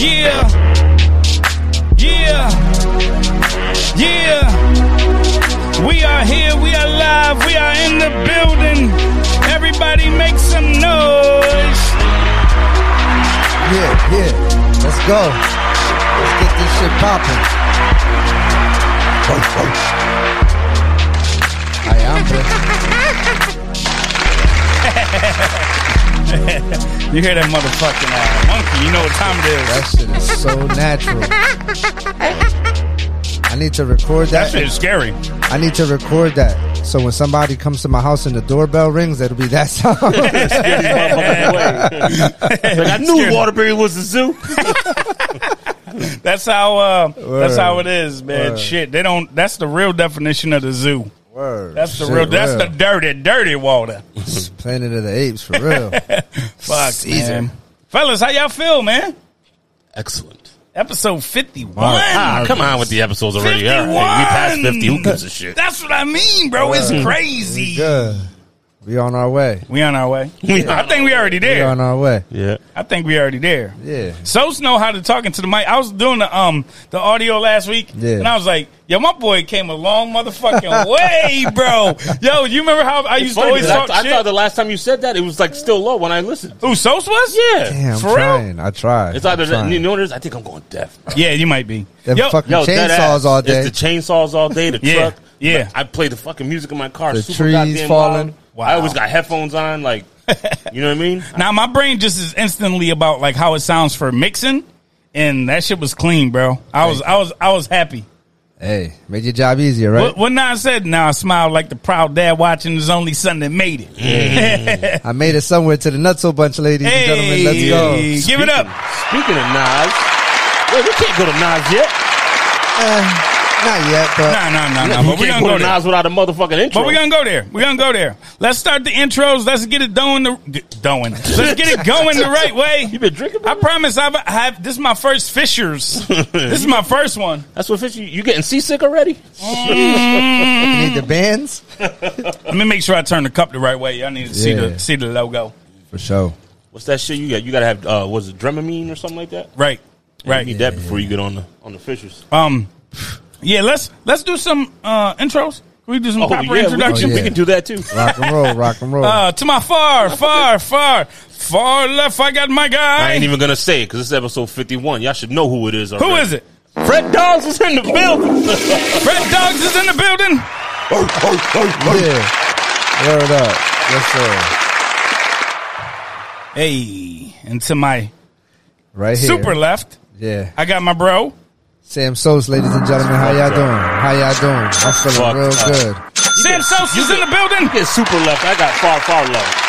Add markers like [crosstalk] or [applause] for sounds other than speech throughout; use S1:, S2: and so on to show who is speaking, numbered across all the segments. S1: Yeah. Yeah. Yeah. We are here. We are live. We are in the building. Everybody make some noise.
S2: Yeah, yeah. Let's go. Let's get this shit [laughs] popping. Ay, hombre.
S1: You hear that motherfucking uh, monkey. You know what time it is.
S2: That shit is so natural. I need to record
S1: That
S2: that.
S1: shit is scary.
S2: I need to record that. So when somebody comes to my house and the doorbell rings, that'll be that [laughs] sound.
S1: [laughs]
S3: Like, I
S1: Scared.
S3: knew Waterbury was a zoo.
S1: [laughs] That's how uh, that's
S2: Word.
S1: how it is, man.
S2: Word.
S1: Shit. They don't that's the real definition of the zoo.
S2: Word.
S1: That's the
S2: Shit,
S1: real that's the dirty, dirty water.
S2: Planet of the Apes for
S1: [laughs]
S2: real.
S1: Fuck
S2: Caesar.
S1: man. Fellas, how y'all feel, man?
S3: Excellent.
S1: Episode fifty one.
S3: Ah, come on with the episodes already. All right, we
S1: 51.
S3: passed 50. Who gives a shit?
S1: That's what I mean, bro. It's
S2: We
S1: crazy.
S2: good. We on our way.
S1: We on our way.
S3: We
S1: I
S3: on
S1: think we already
S2: We
S1: there.
S2: on our way.
S3: Yeah.
S1: I think we already there.
S2: Yeah.
S1: Sos know how to talk into the mic. I was doing the um the audio last week,
S2: Yeah.
S1: and I was like, "Yo, my boy came a long
S2: [laughs]
S1: motherfucking way, bro." Yo, you remember how I used to
S3: Funny,
S1: always
S3: 'cause I,
S1: talk
S3: I
S1: shit?
S3: thought the last time you said that, it was like still low when I listened.
S1: Who Sos was?
S3: Yeah.
S2: Damn,
S1: For
S2: I'm
S1: real?
S2: trying. I tried.
S3: It's either
S2: I'm trying.
S3: that, you know, there's, I think I'm going deaf.
S1: yeah, you might be.
S2: Them
S1: Yo,
S2: fucking
S3: Yo, dead ass.
S2: chainsaws all day.
S3: It's the chainsaws all [laughs] day, the
S1: Yeah,
S3: truck.
S1: yeah.
S3: I play the fucking music in my car.
S2: The
S3: super
S2: trees
S3: goddamn
S2: falling.
S3: loud.
S1: Wow.
S3: I always got headphones on. [laughs] Like, you know what I mean?
S1: now my brain just is instantly about like how it sounds for mixing, and that shit was clean, bro. I was I was I was happy.
S2: Hey, made your job easier, right?
S1: What, what Nas said, now I smiled like the proud dad watching his only son that made it.
S2: I made it somewhere to the Nutso Bunch, ladies and gentlemen. Let's go.
S1: Hey,
S2: Eh,
S1: Give it up.
S3: Speaking of Nas, wait, we can't go to Nas yet.
S2: not yet, but
S1: Nah, nah, nah, nah.
S3: we
S1: But we're
S3: can't
S1: gonna
S3: go
S1: go
S3: to
S1: there.
S3: Nas without a motherfucking intro.
S1: But we're gonna go there. We're gonna go there. Let's start the intros. Let's get it doing the d- doing. Let's get
S2: [laughs]
S1: it going the right way.
S3: You been drinking?
S1: I promise I've I have this is my first
S2: [laughs]
S1: Fishers. This is my first one.
S3: That's what fish you, you getting seasick already? Mm.
S2: you need the bands
S1: Let me make sure I turn the cup the right way. I need to see
S2: Yeah.
S1: the see the logo.
S2: for sure.
S3: What's that shit you got? You gotta have uh was it Dramamine or something like that?
S1: Right.
S3: You need
S1: Right.
S3: that before you get on the on the fishers.
S1: Um yeah, let's let's do some uh intros. Can we do some proper
S3: Oh, we-
S1: introductions?
S3: we,
S2: Oh, yeah.
S3: can do that too.
S2: Rock and roll, rock and
S3: [laughs]
S2: roll.
S3: Oh.
S1: Uh, to my far, far, far, far left, I got my
S3: I
S1: guy.
S3: ain't even gonna say it because this is episode fifty one. Y'all should know who it is.
S1: Who is it?
S3: Fred Dogs is in the [laughs] building.
S1: Fred Dogs is in the building.
S2: yeah. Word up. Yes, sir.
S1: Hey, and to my
S2: Right here.
S1: super left,
S2: Yeah.
S1: I got my bro.
S2: Sam Sos, ladies and gentlemen. How y'all doing? How y'all doing? I'm feeling
S3: Fuck
S2: real
S3: up.
S2: good.
S1: Sam Sosa's in the building.
S3: Get super left. I got far far left.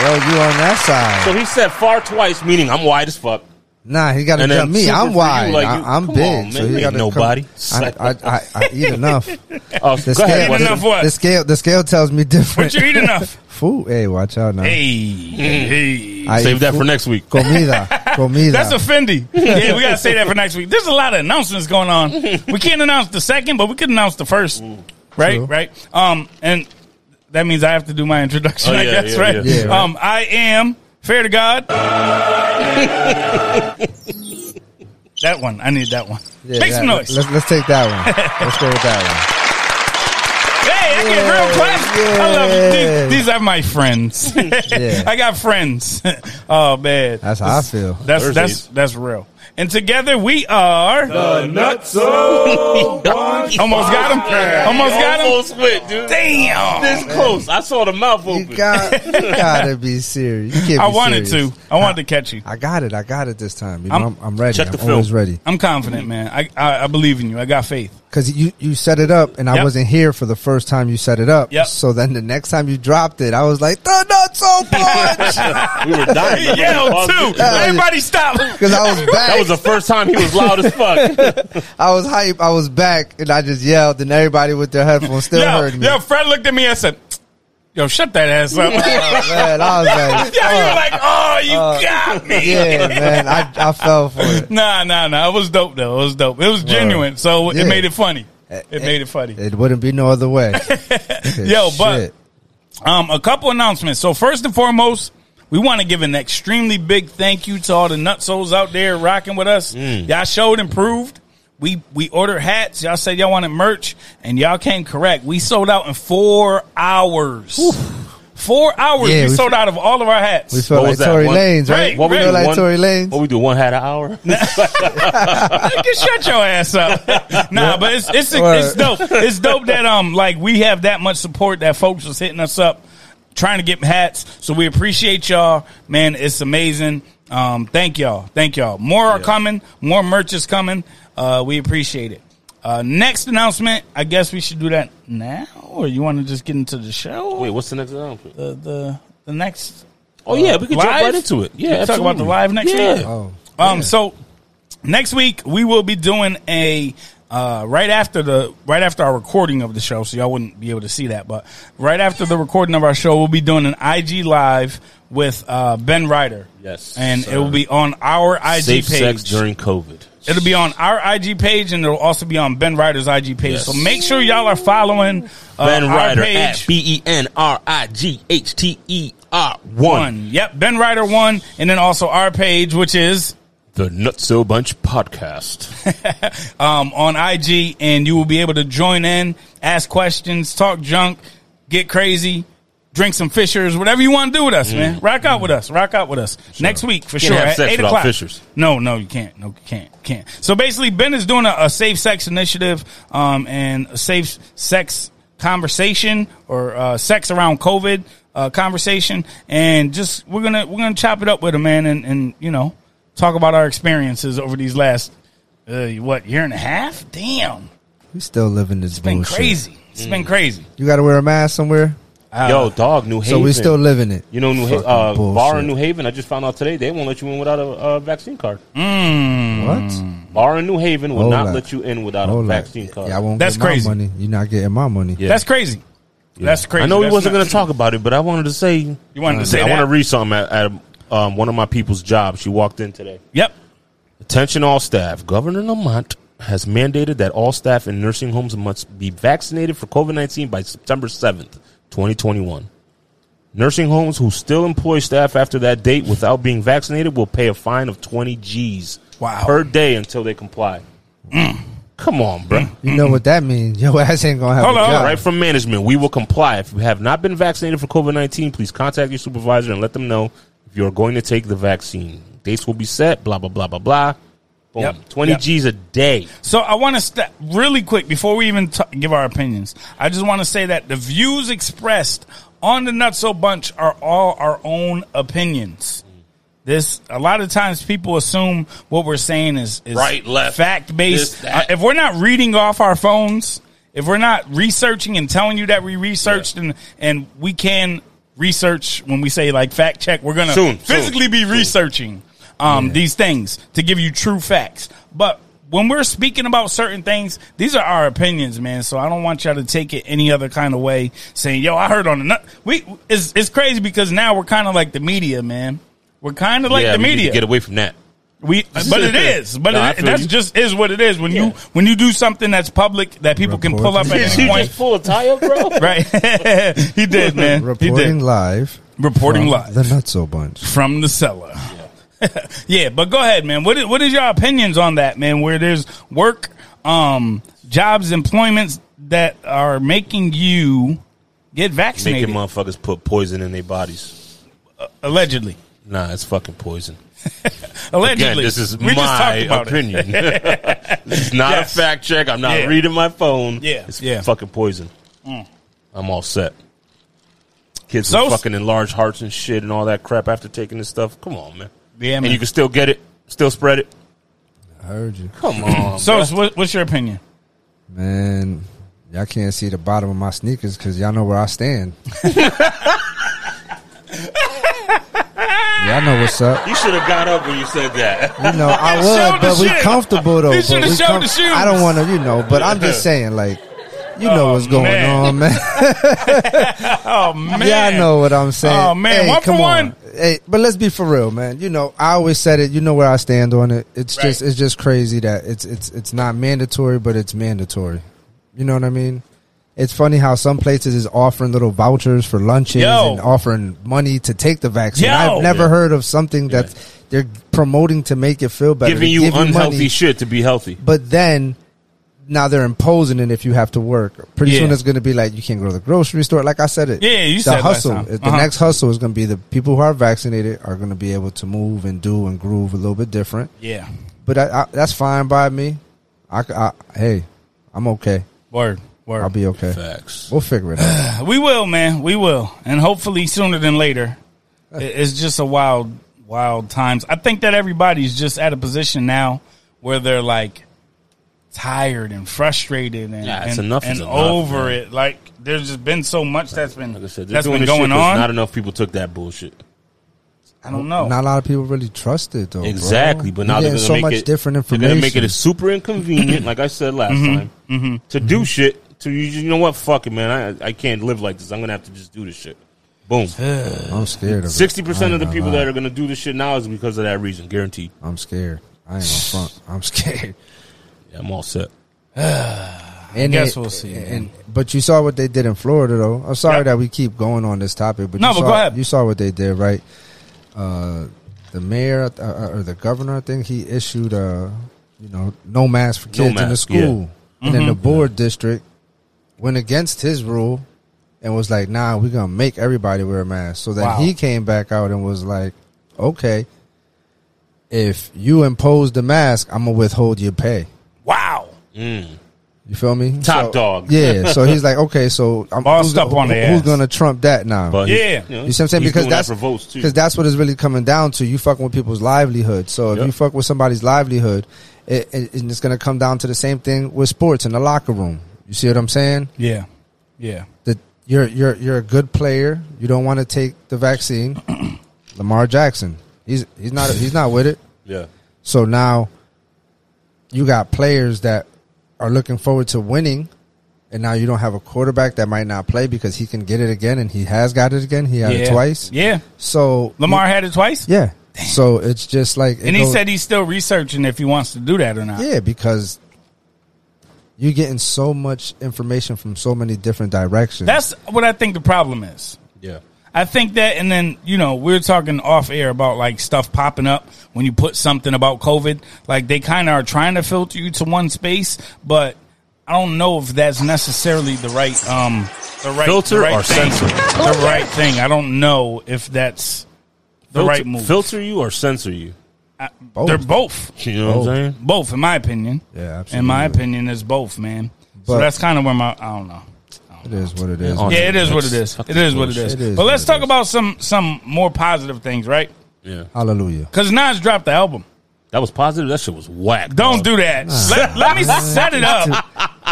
S2: Yo, you on that side.
S3: So he said far twice, meaning I'm wide as fuck.
S2: Nah, he got to
S3: And then
S2: jump me.
S3: super for
S2: I'm
S3: you,
S2: wide.
S3: like you-
S2: I, I'm
S3: come
S2: big.
S3: on,
S2: so he
S3: man. You ain't
S2: gotta
S3: nobody.
S2: Come, I, I, I, I eat enough.
S3: [laughs] Oh,
S2: The
S3: go
S2: scale,
S3: ahead.
S1: Eat
S3: Wes.
S1: enough what?
S2: the scale, the scale tells me different.
S1: What you
S2: [laughs]
S1: eat enough?
S2: Food. Hey, watch out now.
S1: Hey, hey.
S2: I
S3: Save
S2: eat
S3: that for
S2: food.
S3: next week. [laughs]
S2: Comida,
S1: [laughs]
S2: comida.
S1: That's a Fendi. [laughs] Yeah, we gotta say that for next week. There's a lot of announcements going on. We can't announce the second, but we could announce the first. Right,
S2: True.
S1: right. Um, and that means I have to do my introduction.
S3: Oh,
S1: I
S3: yeah,
S1: guess,
S3: yeah,
S1: right?
S3: yeah.
S2: Yeah, right.
S1: Um, I am fair to
S3: [laughs]
S1: God. that one, I need that one.
S2: Yeah,
S1: Make
S2: that-
S1: some noise.
S2: Let's, let's take that one. Let's go with that
S1: Hey, I get real claps. I love
S2: Yeah.
S1: it. These, these are my
S2: [laughs]
S1: friends. [laughs]
S2: Yeah.
S1: I got friends. [laughs] oh man,
S2: That's how I feel.
S1: That's that's
S3: Thursdays.
S1: that's real. And together we are [laughs] almost got him. Almost got him.
S3: Almost went, dude.
S1: Damn.
S3: This close. I saw the
S1: [laughs]
S3: mouth
S2: one.
S3: open.
S2: You got, you gotta be serious. You can't
S1: I
S2: be
S1: wanted
S2: serious.
S1: to. I wanted to catch you.
S2: I got it. I got it this time. You know,
S1: I'm-
S2: I'm, I'm ready.
S3: Check
S2: I'm
S3: the
S2: always
S3: film.
S2: ready.
S1: [laughs] I'm confident, man. I, I I believe in you. I got faith.
S2: Because you, you set it up, and I
S1: Yep.
S2: wasn't here for the first time you set it up.
S1: Yep.
S2: So then the next time you dropped it, I was like, the
S1: [laughs]
S2: nuts so punch!
S3: We were dying.
S1: He yelled too. Everybody stop.
S2: Because I was
S3: That
S2: back.
S3: was the first time he was loud as
S2: [laughs]
S3: fuck.
S2: I was hype. I was back, and I just yelled, and everybody with their headphones still
S1: Yo,
S2: heard me.
S1: yo, Fred looked at me and said, "Yo, shut that ass [laughs] up." yeah,
S2: Oh, man, I was
S1: [laughs]
S2: like,
S1: you were
S2: "Fuck."
S1: like, "Oh, you
S2: uh,
S1: got me."
S2: yeah, man, I, I fell for it.
S1: Nah, nah, nah. It was dope though. It was dope. It was genuine, so
S2: Yeah. Eh,
S1: it made it funny. It
S2: And-
S1: made it funny.
S2: It wouldn't be no
S1: [laughs]
S2: other way.
S1: Yo, but-
S2: Shit.
S1: Um, a couple announcements. So first and foremost, we want to give an extremely big thank you to all the nutsoles out there rocking with us.
S2: Mm.
S1: Y'all showed improved. We we ordered hats. Y'all said y'all wanted merch, and y'all came correct. We sold out in four hours. Four hours.
S2: Yeah,
S1: we,
S2: we-
S1: sold out of all of our hats.
S2: we felt
S3: What
S2: like
S3: was that,
S2: Tory
S3: one-
S2: Lanez, right?
S1: Right, What
S2: we
S1: we
S2: felt
S1: do,
S2: like
S3: one-
S2: Tory Lanez.
S3: What we do? One hat an hour?
S1: Nigga, shut your ass up. Nah, but it's it's it's dope. It's dope that um like we have that much support that folks was hitting us up trying to get hats. So we appreciate y'all, man. It's amazing. Um, thank y'all, thank y'all. More are coming. More merch is coming. Uh, we appreciate it. Uh, next announcement. I guess we should do that now, or you want to just get into the show?
S3: Wait, what's the next announcement?
S1: The the the next.
S3: Oh yeah, we could jump
S1: Live?
S3: right into it. Yeah,
S1: We can talk about the
S3: absolutely.
S1: live next
S3: yeah.
S1: week?
S2: Oh,
S1: Um, so next week we will be doing a uh, right after the right after our recording of the show, so y'all wouldn't be able to see that, but right after the recording of our show, we'll be doing an IG live with uh, Ben Ryder.
S3: Yes,
S1: and
S3: sir.
S1: it will be on our IG
S3: Safe
S1: page.
S3: sex during COVID.
S1: It'll be on our IG page, and it'll also be on Ben Ryder's IG page.
S3: Yes.
S1: So make sure y'all are following uh,
S3: Ben
S1: our
S3: Ryder
S1: page.
S3: at B E N R I G H T E R one.
S1: one. Yep, Ben Ryder one, and then also our page, which is
S3: The Nutso Bunch [laughs] podcast.
S1: [laughs] um, on IG, and you will be able to join in, ask questions, talk junk, get crazy, drink some Fishers, whatever you want to do with us, man. Rock out with us. Rock out with us next week for
S3: Mm. Can't
S1: sure
S3: have
S1: at
S3: sex
S1: eight
S3: without
S1: o'clock.
S3: Fishers.
S1: No, no, you can't. No, you can't. Can't. So basically, Ben is doing a, a safe sex initiative um, and a safe sex conversation or uh, sex around COVID uh, conversation, and just we're gonna we're gonna chop it up with him, man, and and you know talk about our experiences over these last uh, what year and a half? Damn,
S2: we still living this
S1: been
S2: bullshit.
S1: crazy. It's been crazy.
S2: You got to wear a mask somewhere,
S3: Yo, dog, New Haven.
S2: so we still living it.
S3: You know, New Haven,
S2: Fucking
S3: uh, bar
S2: bullshit.
S3: in New Haven. I just found out today they won't let you in without a uh, vaccine card.
S2: What?
S3: Bar in New Haven will
S2: Hold
S3: not
S2: on.
S3: let you in without
S2: Hold
S3: Mm. a
S2: on.
S3: vaccine card.
S2: Yeah, I won't.
S1: That's
S2: get my
S1: crazy.
S2: Money. You're not getting my money.
S3: Yeah.
S1: That's crazy. That's crazy.
S3: I know we
S1: That's
S3: wasn't
S1: not-
S3: going to talk about it, but I wanted to say. You
S1: wanted to say
S3: I
S1: that?
S3: want to read something at, at um, one of my people's jobs. She walked in today.
S1: Yep.
S3: Attention, all staff. Governor Lamont has mandated that all staff in nursing homes must be vaccinated for COVID 19 by September 7th, 2021. Nursing homes who still employ staff after that date without being vaccinated will pay a fine of 20 G's
S1: Wow. Mm.
S3: per day until they comply. Come on, bro.
S2: You know what that means? Your [laughs] ass ain't gonna have
S1: Hold
S2: a
S1: on,
S2: job.
S3: Right from management, we will comply. If you have not been vaccinated for COVID 19, please contact your supervisor and let them know if you're going to take the vaccine. Dates will be set, blah, blah, blah, blah, blah. Boom.
S1: Yep.
S3: 20
S1: Yep.
S3: G's a day.
S1: So I want to step really quick before we even t- give our opinions. I just want to say that the views expressed on the Nutso Bunch are all our own opinions. This a lot of times people assume what we're saying is, is
S3: Right, left,
S1: fact
S3: this,
S1: based.
S3: that.
S1: if we're not reading off our phones, if we're not researching and telling you that we researched and and we can research when we say like fact check, we're gonna
S3: Soon,
S1: physically
S3: soon,
S1: be
S3: soon.
S1: researching um, these things to give you true facts. But when we're speaking about certain things, these are our opinions, man. So I don't want y'all to take it any other kind of way. Saying, "Yo, I heard on the nut." We it's it's crazy because now we're kind of like the media, man. We're kind of like
S3: yeah,
S1: the
S3: we need to
S1: media.
S3: get away from
S1: [laughs]
S3: that.
S1: We, but it is, but
S3: No, I
S1: it,
S3: feel
S1: that's
S3: you.
S1: just is what it is. When
S3: Yeah.
S1: you when you do something that's public that people can pull up at
S3: [laughs]
S2: Did
S1: any point,
S3: pull a tire, [laughs] bro?
S1: right? [laughs] he did, man. he
S2: Reporting
S1: did.
S2: live.
S1: Reporting
S2: from
S1: live
S2: The Nutso Bunch.
S1: from the cellar. [laughs] Yeah. but go ahead, man. What is, what is your opinions on that, man? Where there's work, um, jobs, employments that are making you get vaccinated
S3: Making motherfuckers put poison in their bodies.
S1: allegedly.
S3: Nah, it's fucking poison.
S1: Allegedly,
S3: Again, this is
S1: we just
S3: my
S1: talked about it. [laughs]
S3: opinion. this is not
S1: Yes.
S3: a fact check. I'm not
S1: Yeah.
S3: reading my phone.
S1: Yeah,
S3: It's
S1: yeah. Mm.
S3: fucking poison. I'm all set. Kids
S1: So-
S3: with fucking enlarged hearts and shit and all that crap after taking this stuff. Come on, man.
S1: Yeah,
S3: and
S1: man.
S3: you can still get it, still spread it.
S2: I heard you.
S1: [laughs]
S3: Come on.
S1: So, what, what's your opinion?
S2: Man, y'all can't see the bottom of my sneakers because y'all know where I stand. y'all know what's up.
S3: You should have got up when you said that.
S2: You know I
S1: Show
S2: would,
S1: the
S2: but we
S1: shoes.
S2: comfortable though.
S1: You
S2: but
S1: should've
S2: we
S1: showed the shoes.
S2: I don't want to, you know. But I'm
S1: [laughs]
S2: just saying, like, you know
S1: Oh,
S2: what's going
S1: man.
S2: on, man.
S1: Oh man,
S2: Yeah, I know what I'm saying.
S1: Oh, man,
S2: Hey,
S1: one for
S2: come
S1: one.
S2: Hey, but let's be for real, man. You know, I always said it. You know where I stand on it. It's just,
S1: Right.
S2: it's just crazy that it's, it's, it's not mandatory, but it's mandatory. You know what I mean? It's funny how some places is offering little vouchers for lunches
S1: Yo.
S2: and offering money to take the vaccine.
S1: Yo.
S2: I've never
S3: Yeah.
S2: heard of something that they're promoting to make it feel better,
S3: [laughs] Giving
S2: They
S3: you
S2: give
S3: unhealthy
S2: money,
S3: shit to be healthy.
S2: but then now they're imposing it if you have to work. Pretty
S1: Yeah.
S2: soon it's going to be like you can't go to the grocery store. Like I said it.
S1: Yeah, you
S2: the
S1: said last
S2: hustle.
S1: time.
S2: The
S1: Uh-huh.
S2: next hustle is going to be the people who are vaccinated are going to be able to move and do and groove a little bit different.
S1: Yeah,
S2: But I, I, that's fine by me. I, c- I- hey, I'm okay.
S1: word, word.
S2: I'll be okay.
S3: Facts.
S2: We'll figure it out.
S1: We will, man. We will, and hopefully sooner than
S2: [laughs]
S1: later. I- It's just a wild, wild times. I think that everybody's just at a position now where they're like tired and frustrated and
S3: Yeah, it's
S1: and,
S3: enough is
S1: and
S3: enough,
S1: over
S3: man.
S1: it. Like there's just been so much that's been
S3: Like I said, they're
S1: that's been
S3: doing this shit
S1: going
S3: 'cause
S1: on.
S3: Not enough people took that bullshit.
S1: I don't know.
S2: Not a lot of people really trust it though. bro.
S3: Exactly, but
S2: You're
S3: now they're
S2: getting
S3: gonna
S2: so
S3: make
S2: much
S3: it
S2: different
S3: They're
S2: information.
S3: gonna make it super inconvenient, like I said last
S1: Mm-hmm.
S3: time, to do shit. To you, you know what? Fuck it, man. I I can't live like this. I'm gonna have to just do this shit. Boom.
S2: I'm scared. of it.
S3: Sixty percent of the
S2: I ain't
S3: people
S2: gonna
S3: that are gonna do this shit now is because of that reason, guaranteed.
S2: lie. I'm scared. I ain't gonna front. I'm [laughs] scared.
S3: Yeah, I'm all set.
S2: And
S1: guess
S2: they-
S1: we'll see,
S2: and-
S1: man.
S2: but you saw what they did in Florida, though. I'm sorry
S1: Yep.
S2: that we keep going on this topic, but
S1: No,
S2: you
S1: but
S2: saw,
S1: go ahead.
S2: You saw what they did, right? Uh, the mayor uh, uh, or the governor, I think he issued, uh, you know, no mask for kids in the
S3: mask,
S2: school, and then the board district went against his rule and was like, "Nah, we're gonna make everybody wear a mask." So then
S1: Wow.
S2: he came back out and was like, "Okay, if you impose the mask, I'm gonna withhold your pay."
S1: Wow.
S2: You feel me?
S3: Top
S2: So- [laughs]
S3: dog.
S2: Yeah. So he's like, okay, so I'm
S1: Bossed
S2: who's,
S1: up on
S2: who-
S1: their
S2: who's
S1: ass.
S2: gonna trump that now?
S3: But he's-
S1: Yeah.
S3: know,
S2: you see what I'm saying?
S3: he's
S2: Because
S3: doing that
S2: that's
S3: for votes too.
S2: because that's what it's really coming down to. You fucking with people's livelihood. So if
S3: Yep.
S2: you fuck with somebody's livelihood, it, it, and it's gonna come down to the same thing with sports in the locker room. You see what I'm saying?
S1: Yeah. Yeah.
S2: That you're you're you're a good player. You don't want to take the vaccine. [clears throat] Lamar Jackson. He's he's not he's not with it.
S3: Yeah.
S2: So now you got players that are looking forward to winning, and now you don't have a quarterback that might not play because he can get it again, and he has got it again. He had
S1: yeah.
S2: it twice.
S1: Yeah.
S2: So
S1: Lamar had it twice.
S2: yeah. So it's just like, it
S1: And he
S2: goes-
S1: said he's still researching if he wants to do that or not.
S2: yeah, because you're getting so much information from so many different directions.
S1: That's what I think the problem is.
S3: Yeah.
S1: I think that, and then you know, we're talking off air about like stuff popping up when you put something about COVID. Like they kind of are trying to filter you to one space, but I don't know if that's necessarily the right, um, the right
S3: Filter
S1: the right
S3: or
S1: thing.
S3: censor?
S1: the right thing. I don't know if that's the
S3: filter,
S1: right move.
S3: Filter you or censor you.
S2: Both.
S1: They're both,
S3: You know what I'm saying?
S1: both, in my opinion.
S2: Yeah, absolutely.
S1: in my opinion, it's both, man. so
S2: But-
S1: that's kind of where my I don't know.
S2: it is what it is.
S3: Yeah, on-
S1: Yeah, it is what it
S3: That's
S1: is. It
S3: fucking
S1: is what it
S3: bullshit.
S1: is.
S2: It is
S1: but
S2: what
S1: let's
S2: it
S1: talk
S2: is.
S1: about some some more positive things, right?
S3: Yeah.
S2: Hallelujah.
S1: Because Nas dropped the album.
S3: That was positive. That shit was whack.
S1: Don't
S2: Oh.
S3: dog.
S1: do that.
S2: Ah.
S1: Let,
S2: [laughs]
S1: let me set it up.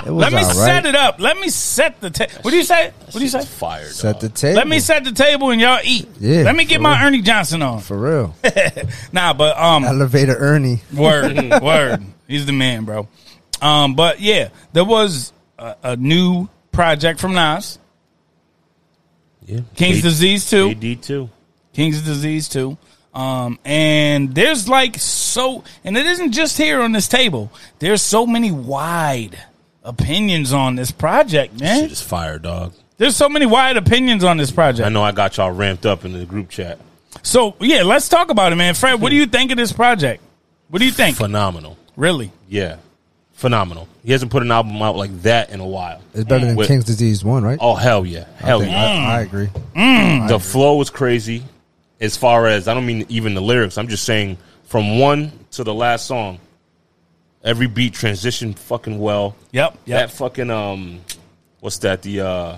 S2: It was
S1: Let me
S2: all right.
S1: set it up. Let me set the table. What do you say? What do you say?
S3: It's fire.
S2: Set
S3: Set
S2: the table.
S1: Let me set the table and y'all eat.
S2: Yeah,
S1: Let me get
S2: for
S1: my
S2: real.
S1: Ernie Johnson on.
S2: for real.
S1: Nah, but
S2: [laughs]
S1: um,
S2: Elevator Ernie.
S1: word, word. He's the man, bro. Um, but yeah, there was a, a new project from Nas,
S3: yeah.
S1: King's
S3: AD,
S1: Disease Two.
S3: AD too.
S1: King's disease too. Um, and there's like so, and it isn't just here on this table. There's so many wide opinions on this project, man.
S3: Shit is fire, dog.
S1: There's so many wide opinions on this
S3: I
S1: project.
S3: know I got y'all ramped up in the group chat.
S1: So yeah, let's talk about it, man. Fred, what do you think of this project? What do you think?
S3: Phenomenal.
S1: Really?
S3: Yeah. Phenomenal. He hasn't put an album out like that in a while.
S2: It's better than
S3: With-
S2: King's Disease 1, right?
S3: Oh hell yeah. Hell
S2: I, think-
S3: yeah.
S2: I, I agree.
S3: the flow is crazy as far as I don't mean even the lyrics. I'm just saying from one to the last song, every beat transitioned fucking well.
S1: Yep. Yep.
S3: That fucking um what's that? The uh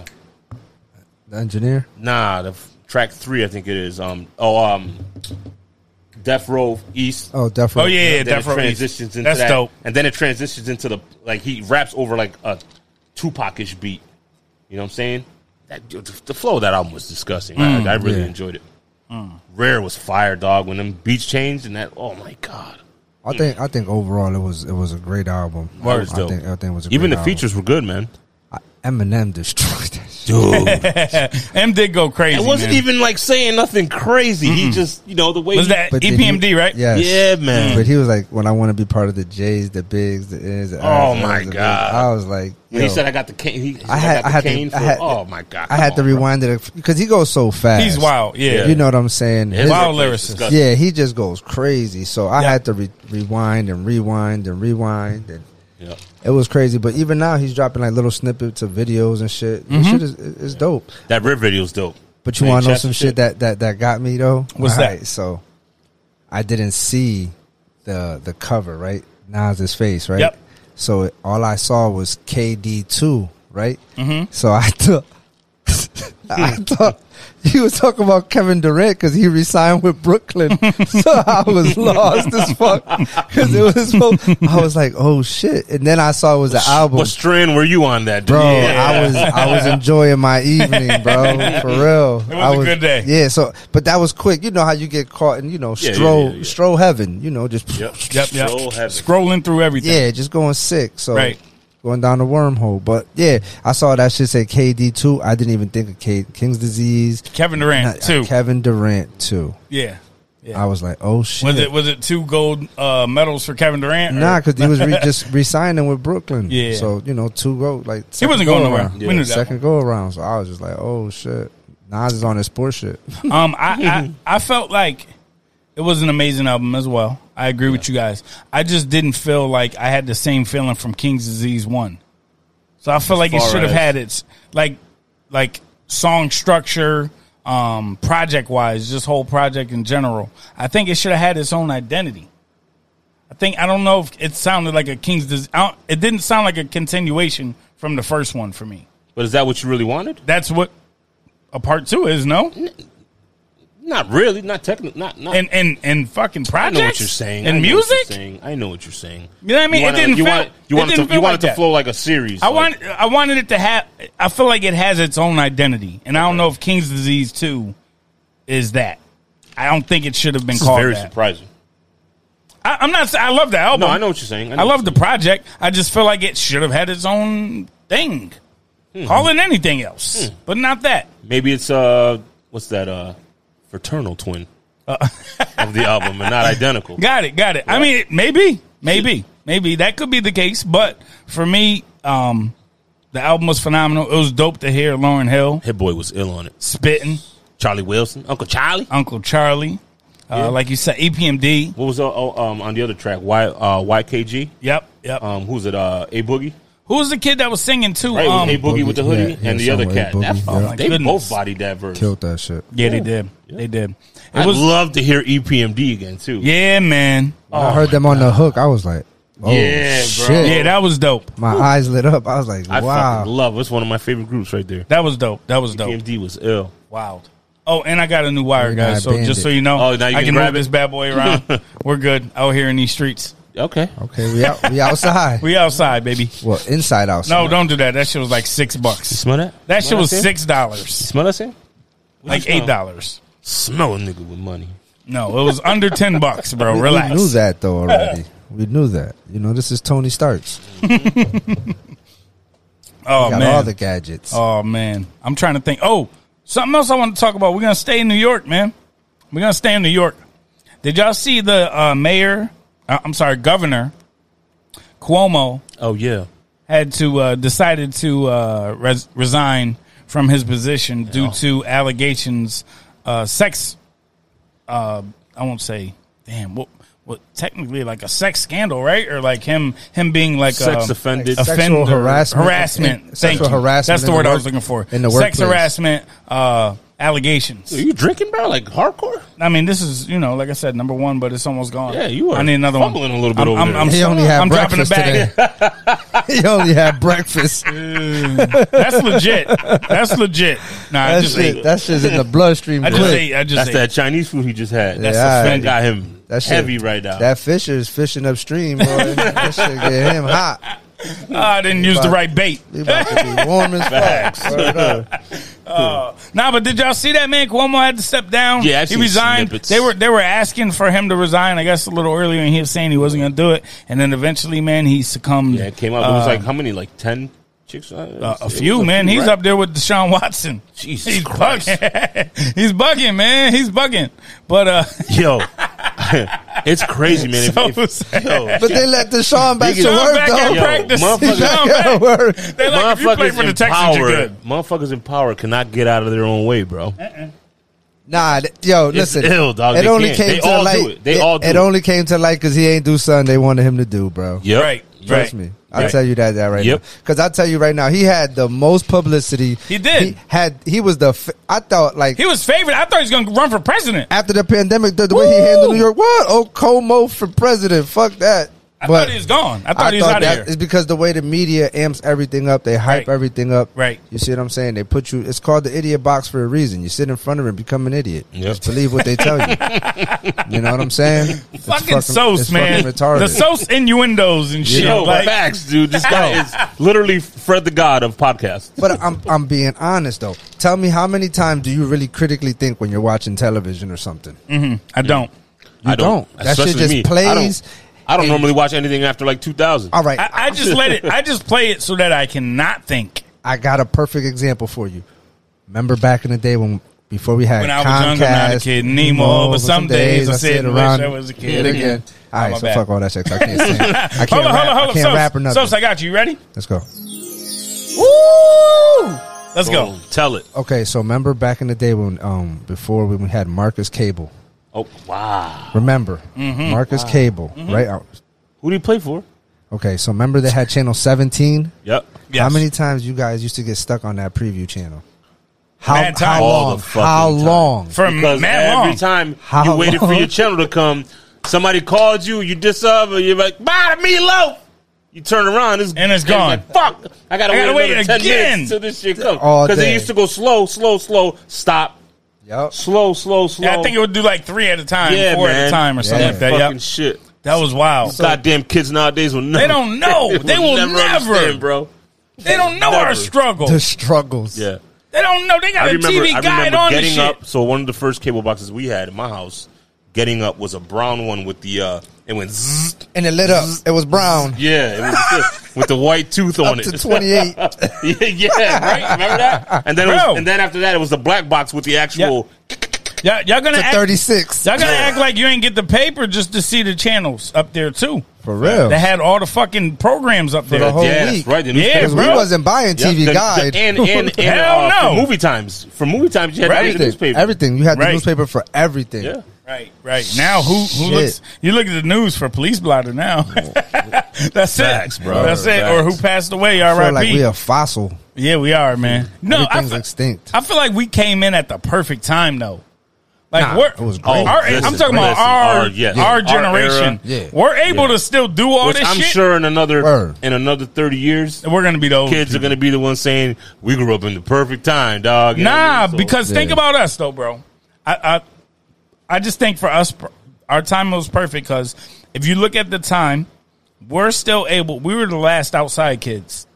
S2: The engineer.
S3: nah, the f- track three I think it is. Um oh um Death Row East.
S2: Oh, definitely.
S1: Oh yeah, yeah
S3: then it
S1: Death Row East.
S3: transitions into
S1: That's
S3: that,
S1: dope. [laughs]
S3: and then it transitions into the like he raps over like a Tupac-ish beat. You know what I'm saying? That the, the flow of that album was disgusting. I- I, really
S2: Mm, yeah. Mm.
S3: enjoyed it. Rare was fire, dog. When them beats changed and that, oh my god,
S2: I think I think overall it was it was a great album.
S3: That was
S2: I
S3: dope.
S2: think I think it was a great
S3: even the
S2: album.
S3: features were good, man.
S2: I- Eminem destroyed that. Shit.
S3: Dude, it
S1: M did go crazy.
S3: wasn't
S1: man.
S3: even like saying nothing crazy. He just, you know, the E way
S1: was
S3: he-
S1: that
S2: But did
S1: EPMD
S2: he-
S1: right?
S2: Yes. Mm.
S3: yeah, man.
S2: But he was like, when I want to be part of the J's, the Bigs, the N's, the
S3: Oh,
S2: I's, the
S3: my
S2: N's, the B's."
S3: God.
S2: I was like,
S3: When he
S2: yo,
S3: said, "I got the cane," he, he said,
S2: I had-
S3: I
S2: I
S3: got
S2: had
S3: the
S2: to-
S3: cane.
S2: I
S3: for-
S2: had-
S3: oh my god,
S2: I had to
S3: come on, bro.
S2: rewind it because he goes so fast.
S1: He's wild. Yeah.
S2: You know what I'm saying?
S3: His
S2: His-
S1: Wild
S3: record was
S1: lyricist.
S3: disgusting.
S2: yeah, he just goes crazy. So I
S1: Yeah.
S2: had to re- rewind and rewind and rewind, and
S3: Yeah.
S2: it was crazy. But even now, he's dropping like little snippets of videos and shit. This shit is it's dope.
S3: That rip video's dope.
S2: But you
S3: Hey,
S2: want to know
S3: Chester
S2: some shit that, that that got me though?
S1: What's that?
S2: So I didn't see the the cover, right? Nas's face, right?
S1: Yep.
S2: So all I saw was KD two, right? Mm-hmm. So I thought [laughs] I thought he was talking about Kevin Durant because he resigned with Brooklyn. so I was lost as fuck because it was. supposed- I was like, oh shit! And then I saw it was an album.
S3: What strand were you on that, dude?
S2: Bro,
S3: Yeah.
S2: I was I was enjoying my
S1: [laughs]
S2: evening, bro. For real, it
S1: was a good day.
S2: Yeah, so but that was quick. You know how you get caught in you know
S3: Yeah, yeah,
S2: stroll
S3: yeah, yeah.
S2: stroll heaven. You know, just
S3: Yep.
S1: Yep, yep.
S3: Scroll heaven.
S1: Scrolling through everything.
S2: yeah, just going sick. So
S1: Right.
S2: going down the wormhole. But yeah, I saw that shit say KD two. I didn't even think of K, King's disease.
S1: Kevin Durant
S2: Not- uh,
S1: too.
S2: Kevin Durant too.
S1: yeah. Yeah.
S2: I was like, oh shit.
S1: Was it was it two gold uh, medals for Kevin Durant? or-
S2: Nah, because he was
S1: [laughs]
S2: re- just resigning with Brooklyn.
S1: Yeah.
S2: So you know, two go like
S1: He wasn't going
S2: second go
S1: nowhere.
S2: around.
S1: We knew that
S2: Second go around. So I was just like, oh shit. Nas is on his sports shit.
S1: Um, I,
S3: [laughs]
S1: I I felt like it was an amazing album as well. I agree with you guys. I just didn't feel like I had the same feeling from King's Disease One. So I feel like it
S3: far
S1: should have
S3: as-
S1: had its like like song structure, um, project wise, just whole project in general. I think it should have had its own identity. I think I don't know if it sounded like a King's. Dis- I don't, it didn't sound like a continuation from the first one for me.
S3: But is that what you really wanted?
S1: That's what a part two is. No,
S3: Not really. Not technically. Not not.
S1: and and and fucking
S3: I
S1: projects.
S3: know what you're saying.
S1: and
S3: I know what
S1: music.
S3: you're saying. I know what you're saying.
S1: You know what I mean?
S3: You wanna-
S1: it didn't
S3: you
S1: feel.
S3: want, you
S1: it
S3: want it,
S1: didn't
S3: to,
S1: feel
S3: you want
S1: like
S3: it to
S1: that.
S3: flow like a series.
S1: I
S3: like-
S1: want. I wanted it to have. I feel like it has its own identity, and I don't know if King's Disease Two is that. I don't think it should have been
S3: This is
S1: called
S3: very
S1: that.
S3: surprising.
S1: I, I'm not. sa- I love the album.
S3: No, I know what you're saying.
S1: I
S3: know
S1: love the
S3: what you're
S1: project. I just feel like it should have had its own thing.
S3: Hmm.
S1: Call it anything else, but not that.
S3: saying. Maybe it's uh, what's that uh, fraternal twin [laughs] of the album,
S1: [laughs]
S3: and not identical.
S1: Uh. Got it, got it. I mean, maybe, maybe, maybe that could be the case. But for me, um, the album was phenomenal. It was dope to hear Lauren Hill
S3: Hit boy was ill on it.
S1: spitting,
S3: Charlie Wilson, Uncle Charlie.
S1: Uncle Charlie, uh, like you said, EPMD.
S3: What was uh, oh, um on the other track? Y uh, YKG.
S1: Yep, yep.
S3: Um, who's it? Uh, A Boogie.
S1: Who was the kid that was singing too?
S3: Right, it was
S1: um,
S3: A Boogie with the
S2: Boogie,
S3: hoodie,
S2: yeah, yeah,
S3: and the other
S2: somewhere,
S3: cat. That-
S2: Boogie,
S3: oh,
S2: yeah.
S1: my
S3: they
S1: goodness.
S3: both bodied that verse.
S2: Killed that shit.
S1: yeah, they did. They did. It
S3: I'd
S1: was
S3: love to hear E EPMD again too.
S1: yeah, man.
S2: I heard them on the hook. I was like, oh
S3: Yeah, bro.
S2: shit.
S1: Oh Yeah, that was dope.
S2: My eyes lit up. I was like,
S3: I fucking
S2: wow.
S3: love. It's one of my favorite groups right there. E
S1: That was dope. That was dope.
S3: EPMD was ill.
S1: Wild. Oh, and I got a new wire,
S2: You're not
S1: guys.
S2: a
S1: So just
S2: bandit.
S1: so you know,
S3: Oh, now you
S1: I
S3: can
S1: can
S3: grab
S1: move
S3: it.
S1: this bad boy
S3: [laughs]
S1: around. We're good out here in these streets.
S3: Okay.
S2: Okay, we out, we outside.
S1: [laughs] We outside, baby.
S2: well, inside outside.
S1: No, don't do that. That shit was like six bucks.
S3: Smell that?
S1: That shit
S3: Smell
S1: was
S3: shit?
S1: six dollars,
S3: Smell that shit?
S1: like eight dollars.
S3: Smell a nigga with money.
S1: No, it was under ten bucks,
S2: We-
S1: bro.
S2: We knew
S1: Relax.
S2: that
S1: [laughs]
S2: though already. we knew that. You know, this is Tony Starks.
S1: Oh
S2: Got all
S1: man.
S2: the gadgets.
S1: Oh man. I'm trying to think. Oh, something else I want to talk about. We're gonna stay in New York, man. We're gonna stay in New York. Did y'all see the uh, mayor? Uh, I'm sorry, Governor Cuomo
S3: Oh yeah.
S1: had to uh, decided to uh, res- resign from his position due to allegations uh, sex. Uh, I won't say. Damn. What? What? Technically, like a sex scandal, right? Or like him him being like
S3: Sex
S1: a,
S3: offended.
S2: Sex-
S1: offender,
S2: Sexual harassment.
S1: harassment.
S2: In-
S1: Thank
S2: sexual
S1: you.
S2: harassment
S1: That's the
S2: in the
S1: word I
S2: work-
S1: was looking for.
S2: in the
S1: sex
S2: workplace.
S1: harassment uh, allegations.
S3: Are you drinking, bro? Like hardcore?
S1: I mean, this is you know, like I said, number one, but it's almost gone.
S3: Yeah, you are
S1: I need another one.
S3: fumbling a little bit
S1: I'm,
S3: over
S1: I'm,
S3: there.
S1: I'm,
S2: [laughs] he only had
S1: I'm dropping the
S2: breakfast
S1: bag. [laughs]
S2: today. he only had breakfast.
S1: That's legit. That's legit. Nah, I
S2: That
S1: just
S2: shit,
S1: ate.
S2: that shit's in the
S1: [laughs]
S2: bloodstream
S1: I just
S2: quick.
S1: ate. I just
S3: That's
S1: ate.
S3: that Chinese food he just had.
S2: That's
S3: That's
S2: Yeah,
S3: the
S2: the friend.
S3: friend got him
S2: That shit,
S4: heavy right now.
S2: That Fisher is fishing upstream, boy. that shit get him hot.
S1: Oh, I didn't use the right bait.
S2: He about to be
S1: [laughs]
S2: warm as fuck. Word up.
S1: Nah, but did y'all see that man? Cuomo had to step down.
S4: Yeah, I've
S1: he
S4: seen
S1: resigned.
S4: snippets.
S1: They were they were asking for him to resign. I guess a little earlier, and he was saying he wasn't going to do it. And then eventually, man, he succumbed. Uh,
S3: Yeah, it came out. it was like how many? Like ten chicks?
S1: Um, A, a few, man. He's up there with Deshaun Watson. [laughs]
S3: Jesus
S1: he's
S3: Christ.
S1: bugging. [laughs] he's bugging, man. He's bugging. But uh,
S3: Yo, [laughs] it's crazy, man. If-
S1: so
S3: if,
S1: sad. [laughs]
S2: But they let Deshaun back to
S1: Deshaun
S2: work,
S1: back
S2: though.
S1: at
S3: Yo,
S1: practice.
S3: motherfuckers-
S1: Deshaun
S2: Yeah,
S1: back.
S2: word.
S1: They like if you play
S3: motherfuckers
S1: for the
S3: in
S1: Texans, you're
S3: power,
S1: good.
S3: motherfuckers in power cannot get out of their own way, bro.
S2: Nah, th- yo, listen.
S3: ill, dog.
S2: It
S3: They
S2: only
S3: can't.
S2: came
S3: They
S2: to
S3: all do
S2: light.
S3: it. They all do
S2: it
S3: it.
S2: only came to light because he ain't do something they wanted him to do, bro.
S3: Yep.
S1: Right,
S2: Trust
S1: right.
S2: me. I'll
S3: Right.
S2: tell you that, that right
S3: Yep.
S2: now. Because I'll tell you right now, he had the most publicity.
S1: He did.
S2: He had, he was the, f- I thought like,
S1: He was favored. I thought he was going to run for president.
S2: after the pandemic, the, the way he handled New York, what? Oh, Como for president. Fuck that.
S1: I thought he was gone. I thought he was out of
S2: that
S1: here.
S2: is because the way the media amps everything up, they hype
S1: Right.
S2: everything up.
S1: Right.
S2: You see what I'm saying? They put you. It's called the idiot box for a reason. You sit in front of it, and become an idiot.
S3: Yep.
S2: Just believe what they tell
S3: [laughs]
S2: you. you know what I'm saying? It's
S1: fucking, sauce,
S2: it's
S1: man.
S2: fucking retarded.
S1: The sauce innuendos and shit.
S3: Yo,
S1: like,
S3: facts, dude. This guy is literally Fred the God of podcasts.
S2: But I'm I'm being honest though. Tell me how many times do you really critically think when you're watching television or something?
S1: I don't.
S3: Mm. I don't.
S2: don't. That shit
S3: Especially
S2: just
S3: me. I
S2: plays
S3: don't, I don't
S2: and-
S3: normally watch anything after like 2000.
S2: All right,
S1: I,
S2: I,
S1: I just let it. I just play it so that I cannot think.
S2: got a perfect example for you. Remember back in the day when before we had
S1: When I was
S2: Comcast,
S1: younger, not a kid anymore, but some days I said, "Wish I was a kid
S2: it
S1: again."
S2: All
S1: [laughs] Oh, my
S2: right, so
S1: bad.
S2: fuck all that shit. 'cause
S1: [laughs]
S2: I can't sing. I can't
S1: Hold on,
S2: rap.
S1: hold on, hold
S2: I
S1: on.
S2: can't
S1: Sauce,
S2: rap or nothing.
S1: Sauce, I got you. You ready?
S2: Let's go.
S1: Let's go.
S3: Boom. Tell it.
S2: Okay, so remember back in the day when um before when we had Marcus Cable.
S3: Oh, wow.
S2: Remember
S1: Mm-hmm.
S2: Marcus Cable, right? Uh,
S3: Who do you play for?
S2: Okay, so remember they had channel 17?
S3: Yep.
S1: Yes.
S2: How many times you guys used to get stuck on that preview channel? How,
S1: Mad time.
S2: how
S3: All
S2: long?
S3: the fucking
S2: How
S3: time.
S2: long?
S1: For
S3: Because
S1: man
S3: every
S1: long.
S3: time
S2: How
S3: you waited for
S2: long?
S3: your channel to come, somebody called you, you disub, or you're like, buy the meatloaf. You turn around, it's,
S1: And it's gone.
S3: like, Fuck! I gotta,
S1: I gotta
S3: wait,
S1: wait
S3: another
S1: again.
S3: 10 minutes till this shit comes.
S2: All
S3: Because
S2: day.
S3: it used to go slow, slow, slow, stop,
S2: Yep.
S3: slow, slow, slow.
S1: Yeah, I think it would do like three at a time, four at a time, or something like that.
S3: Fucking
S1: Yep.
S3: shit.
S1: That was wild.
S3: Goddamn kids nowadays will never.
S1: They
S3: [laughs]
S1: don't know. They will never.
S3: understand, bro.
S1: they don't know our
S3: Never.
S1: struggle.
S2: The struggles.
S3: Yeah.
S1: They don't know. They got
S3: I
S1: a
S3: remember,
S1: TV
S3: I
S1: guide
S3: remember
S1: on the
S3: getting
S1: shit.
S3: up. So one of the first cable boxes we had in my house, getting up was a brown one with the uh, it went zzz,
S2: And it lit up. It was brown.
S3: yeah, it was [laughs] with the white tooth on
S2: Up to [laughs]
S3: it.
S2: 28.
S3: [laughs] yeah, yeah, right. Remember that? And then, it
S1: Bro.
S3: was, and then after that, it was the black box with the actual.
S1: Y'all, y'all gonna
S2: to
S1: act,
S2: 36.
S1: y'all gonna act like you ain't get the paper just to see the channels up there too.
S2: For real.
S1: They had all the fucking programs up there.
S2: the whole
S3: yeah,
S2: week.
S3: that's right. The
S1: Yeah,
S3: newspaper.
S2: Because we
S1: bro.
S2: wasn't buying
S3: Yeah,
S2: TV
S3: the- the-
S2: Guide. [laughs]
S3: and and,
S1: [laughs]
S3: and
S1: Hell
S3: uh,
S1: no.
S3: for movie times. For movie times, you had to read the
S2: everything.
S3: newspaper.
S2: Everything. You had the
S1: Right.
S2: newspaper for everything.
S3: Yeah.
S1: Right, right. Now who who
S2: Shit.
S1: looks? You look at the news for police blotter now. [laughs] That's
S3: Facts,
S1: it,
S3: bro.
S1: That's it.
S3: Facts.
S1: Or who passed away?
S2: I feel like
S1: R.I.P.
S2: we a fossil.
S1: yeah, we are, man. No, I
S2: Everything's
S1: feel,
S2: extinct.
S1: I feel like we came in at the perfect time though. Like
S2: Nah,
S1: we're,
S2: it was great.
S1: our-
S3: Listen,
S1: I'm talking about
S3: listen,
S1: our our,
S3: our- yes, our
S1: generation.
S3: era.
S2: Yeah.
S1: We're able
S3: Yeah.
S1: to still do all
S3: Which
S1: this
S3: I'm
S1: shit.
S3: sure in another
S2: Word.
S3: in another thirty years,
S1: We're gonna be the old
S3: kids are gonna be the ones saying we grew up in the perfect time, dog. You know what I
S1: Nah,
S3: mean? So-
S1: because think
S2: Yeah.
S1: about us though, bro. I I, I just think for us, pr- our time was perfect because if you look at the time, we're still able. We were the last outside kids.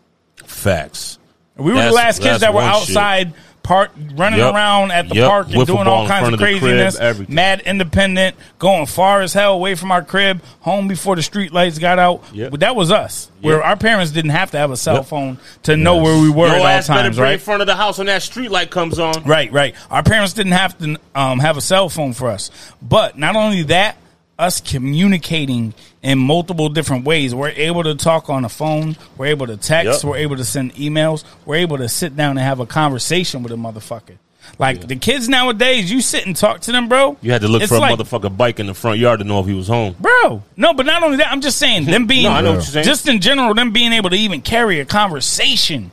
S3: facts.
S1: We were the
S3: That's-
S1: last kids
S3: that's
S1: that were
S3: one shit.
S1: outside. Park running
S3: Yep.
S1: around at the
S3: Yep.
S1: park and
S3: Wiffle
S1: doing
S3: ball
S1: all
S3: in
S1: kinds
S3: front
S1: of
S3: of the crib,
S1: craziness,
S3: everything.
S1: mad independent, going far as hell away from our crib, home before the street lights got out.
S3: Yep.
S1: But that was us. Where
S3: Yep.
S1: our parents didn't have to have a cell
S3: Yep.
S1: phone to know where we were
S3: Your
S1: at all
S3: ass better
S1: times,
S3: be in
S1: right?
S3: front of the house when that street light comes on.
S1: Right, right. Our parents didn't have to um, have a cell phone for us. But not only that, us communicating in multiple different ways. We're able to talk on the phone. We're able to text.
S3: Yep.
S1: We're able to send emails. We're able to sit down and have a conversation with a motherfucker. Like the kids nowadays, you sit and talk to them, bro.
S3: You had to look
S1: it's
S3: for a
S1: like,
S3: motherfucker bike in the front yard to know if he was home.
S1: Bro, no, but not only that, I'm just saying them being
S3: [laughs] No, I know what you're saying.
S1: just in general, them being able to even carry a conversation.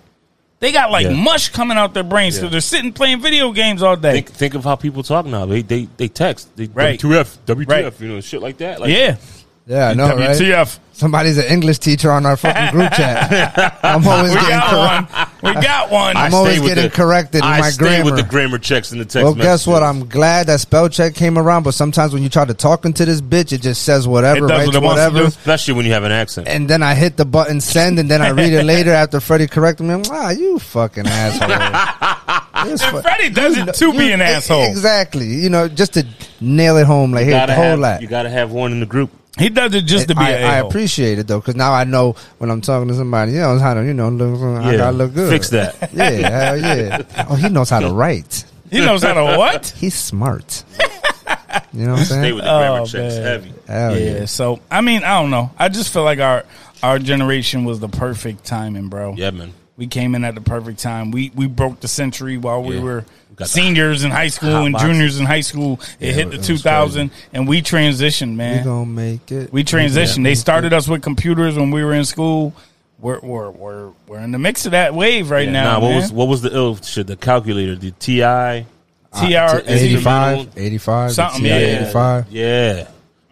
S1: They got like
S3: Yeah.
S1: mush coming out their brains because
S3: Yeah.
S1: they're sitting playing video games all day.
S3: Think think of how people talk now. They they they text. They
S1: Right.
S3: WTF, WTF,
S1: Right.
S3: you know, shit like that. Like,
S1: yeah.
S2: Yeah, I know, right?
S1: WTF.
S2: Somebody's an English teacher on our fucking group chat. I'm always
S1: We
S2: getting
S1: got
S2: correct.
S1: one. We got one.
S3: I
S1: I,
S2: I'm
S3: stay
S2: always
S3: with
S2: getting corrected in
S3: I
S2: my
S3: stay with the
S2: grammar.
S3: grammar checks in the text.
S2: Well, guess
S3: messages.
S2: what? I'm glad that spell check came around, but sometimes when you try to talk into this bitch, it just says whatever,
S1: It does
S2: writes
S1: what it wants to
S2: whatever.
S1: do.
S3: especially when you have an accent.
S2: And then I hit the button send, and then I
S1: [laughs]
S2: read it later after Freddie corrected me. I'm, ah, you
S1: [laughs]
S2: fucking asshole. This fu-
S1: Freddie does it to be
S2: you-
S1: an
S2: e-
S1: asshole.
S2: Exactly. You know, just to nail it home, like,
S3: You
S2: here,
S3: gotta,
S2: hold
S3: have,
S2: that.
S3: you gotta have one in the group.
S1: He does it just to be
S2: I,
S1: an
S2: I
S1: a-hole.
S2: appreciate it though, because now I know when I'm talking to somebody, you know how to, you know, look, I
S3: Yeah.
S2: gotta look good.
S3: Fix that.
S2: [laughs] Yeah, hell yeah. Oh, he knows how to write.
S1: He knows how to what?
S2: He's smart. You know what I'm
S3: Stay
S2: saying?
S3: with the grammar
S1: Oh,
S3: checks
S1: man.
S3: heavy.
S2: [laughs] Hell yeah.
S1: Yeah. So I mean, I don't know. I just feel like our our generation was the perfect timing, bro.
S3: Yeah, man.
S1: We came in at the perfect time. We we broke the century while we
S3: Yeah.
S1: were
S3: Got the
S1: seniors in high school
S3: hot
S1: and
S3: boxes.
S1: juniors in high school. It hit the 2000 and we transitioned,
S2: We
S1: man.
S2: gonna make it.
S1: We transitioned. They started us with computers when we were in school. We're we're we're, we're in the mix of that wave right
S3: Yeah,
S1: now.
S3: nah, what
S1: man.
S3: was what was the ill shit? The calculator, the TI,
S1: TR
S2: To 85,
S3: instrumental.
S2: 85,
S1: Something,
S2: yeah,
S1: yeah.
S2: 85.
S3: Yeah,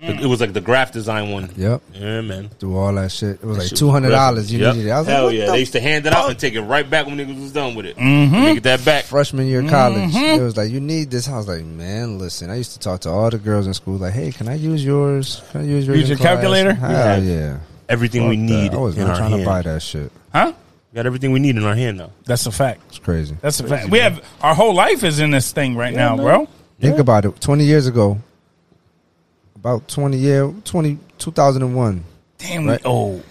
S1: Mm.
S3: The- it was like the graph design one.
S2: Yep.
S3: Yeah, man.
S2: Do all that shit. It was like
S3: Shit was
S2: two hundred dollars. You
S3: aggressive. Yep.
S2: needed it. I was
S3: Hell
S2: like, what
S3: yeah!
S2: the
S3: they used to hand it out and take it right back when niggas was done with it. Mm-hmm. They get that back.
S2: freshman year of
S3: Mm-hmm.
S2: college. It was like, you need this. I was like, man, listen. I used to talk to all the girls in school, like, hey, can I use yours? Can I use yours?
S1: Use your
S2: in class?"
S1: calculator?
S2: Hell yeah.
S3: Everything we
S2: Fuck that.
S3: need.
S2: I was
S3: in
S2: not
S3: our
S2: trying
S3: hand.
S2: to buy that shit.
S1: huh?
S3: We got everything we need in our hand now.
S1: That's a fact.
S2: It's crazy.
S1: That's a fact. We have our whole life is in this thing right now, bro.
S2: Think about it. Twenty years ago, about twenty year 20, 2001,
S1: Damn, we old.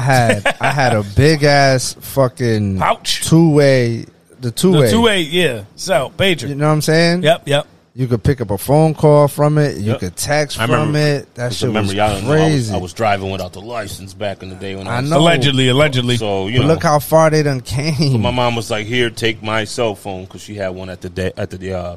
S1: [laughs]
S2: had I had a big ass fucking
S1: Pouch.
S2: two way the two
S1: The
S2: way
S1: two eight, yeah. So Pager.
S2: You know what I'm saying?
S1: Yep, yep.
S2: You could pick up a phone call from it. You
S3: Yep.
S2: could text
S3: I
S2: from
S3: remember-
S2: it. That shit
S3: remember,
S2: was
S3: y'all don't know I was,
S2: crazy.
S3: I was driving without the license back in the day when I,
S2: I
S3: was
S2: know.
S1: Allegedly, allegedly.
S3: So you
S2: but
S3: know,
S2: look how far they done came.
S3: my mom was like, "Here, take my cell phone," because she had one at the day at the uh,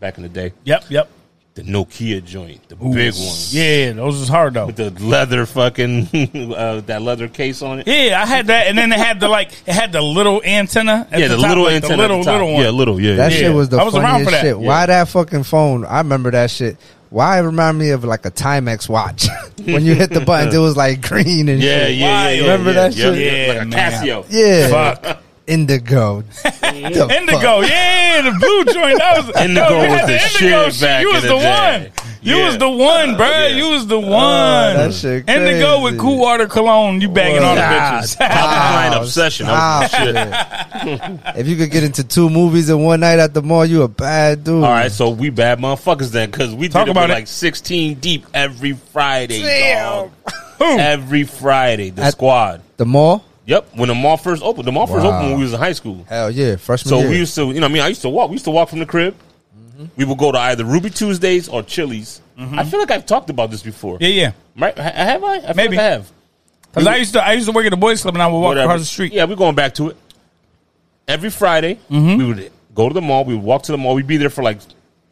S3: back in the day,
S1: yep, yep.
S3: the Nokia joint, the big one,
S1: Yeah, those was hard though.
S3: with the leather fucking [laughs] uh, that leather case on it.
S1: Yeah, I had that, and then it had the like, it had the little antenna. at
S3: yeah, the,
S1: top,
S3: little
S1: like,
S3: antenna,
S1: the little
S3: at the top.
S1: little one.
S3: yeah, little, yeah,
S2: That
S3: yeah.
S2: shit was the
S1: I was around
S2: funniest
S1: for that.
S2: shit.
S3: Yeah.
S2: Why that fucking phone? I remember that shit. Why it remind me of like a Timex
S3: [laughs]
S2: watch? when you hit the buttons, it was like green and
S3: yeah, yeah,
S2: shit.
S3: yeah, yeah.
S2: Remember
S3: yeah,
S2: that
S3: yeah,
S2: shit?
S3: Yeah,
S1: Yeah,
S3: like a
S1: man.
S3: Casio.
S2: yeah.
S1: Fuck.
S2: Indigo. [laughs] The
S1: Indigo, yeah, the blue joint. That was
S3: [laughs] Indigo
S1: yo, we
S3: was
S1: had
S3: the shit back
S1: You
S3: in
S1: was
S3: the
S1: the,
S3: day.
S1: one. You
S3: Yeah.
S1: was the one, bro.
S3: yeah.
S1: You was the one.
S3: uh,
S2: that shit
S1: Indigo with
S2: Oh, crazy.
S1: cool water cologne. You bagging on the
S3: God. [laughs]
S1: bitches.
S3: Calvin Klein
S2: Wow,
S3: obsession.
S2: stop
S3: That was the shit.
S2: it. if you could get into two movies in one night at the mall, you a bad dude.
S3: All right, so we bad motherfuckers then, because we
S1: Talk
S3: did
S1: about
S3: it
S1: it.
S3: with like sixteen deep every Friday,
S1: Damn.
S2: [laughs]
S3: dog. every Friday, the
S2: At-
S3: squad.
S2: The mall?
S3: Yep, when the mall first opened, the mall first
S2: Wow.
S3: opened when we was in high school.
S2: Hell yeah, Mm-hmm. freshman
S3: So
S2: year.
S3: we used to, you know, what I mean, I used to walk. We used to walk from the crib. We would go to either Ruby Tuesdays or Chili's. I feel like I've talked about this before,
S1: Mm-hmm. Yeah, yeah.
S3: right? Ha- Have I? I feel
S1: Maybe.
S3: like I have.
S1: Because I used to, I used to work at the boys club, and I would walk
S3: Whatever.
S1: across the street.
S3: Yeah, we're going back to it. Every Friday,
S1: Mm-hmm.
S3: we would go to the mall. We would walk to the mall. We'd be there for like,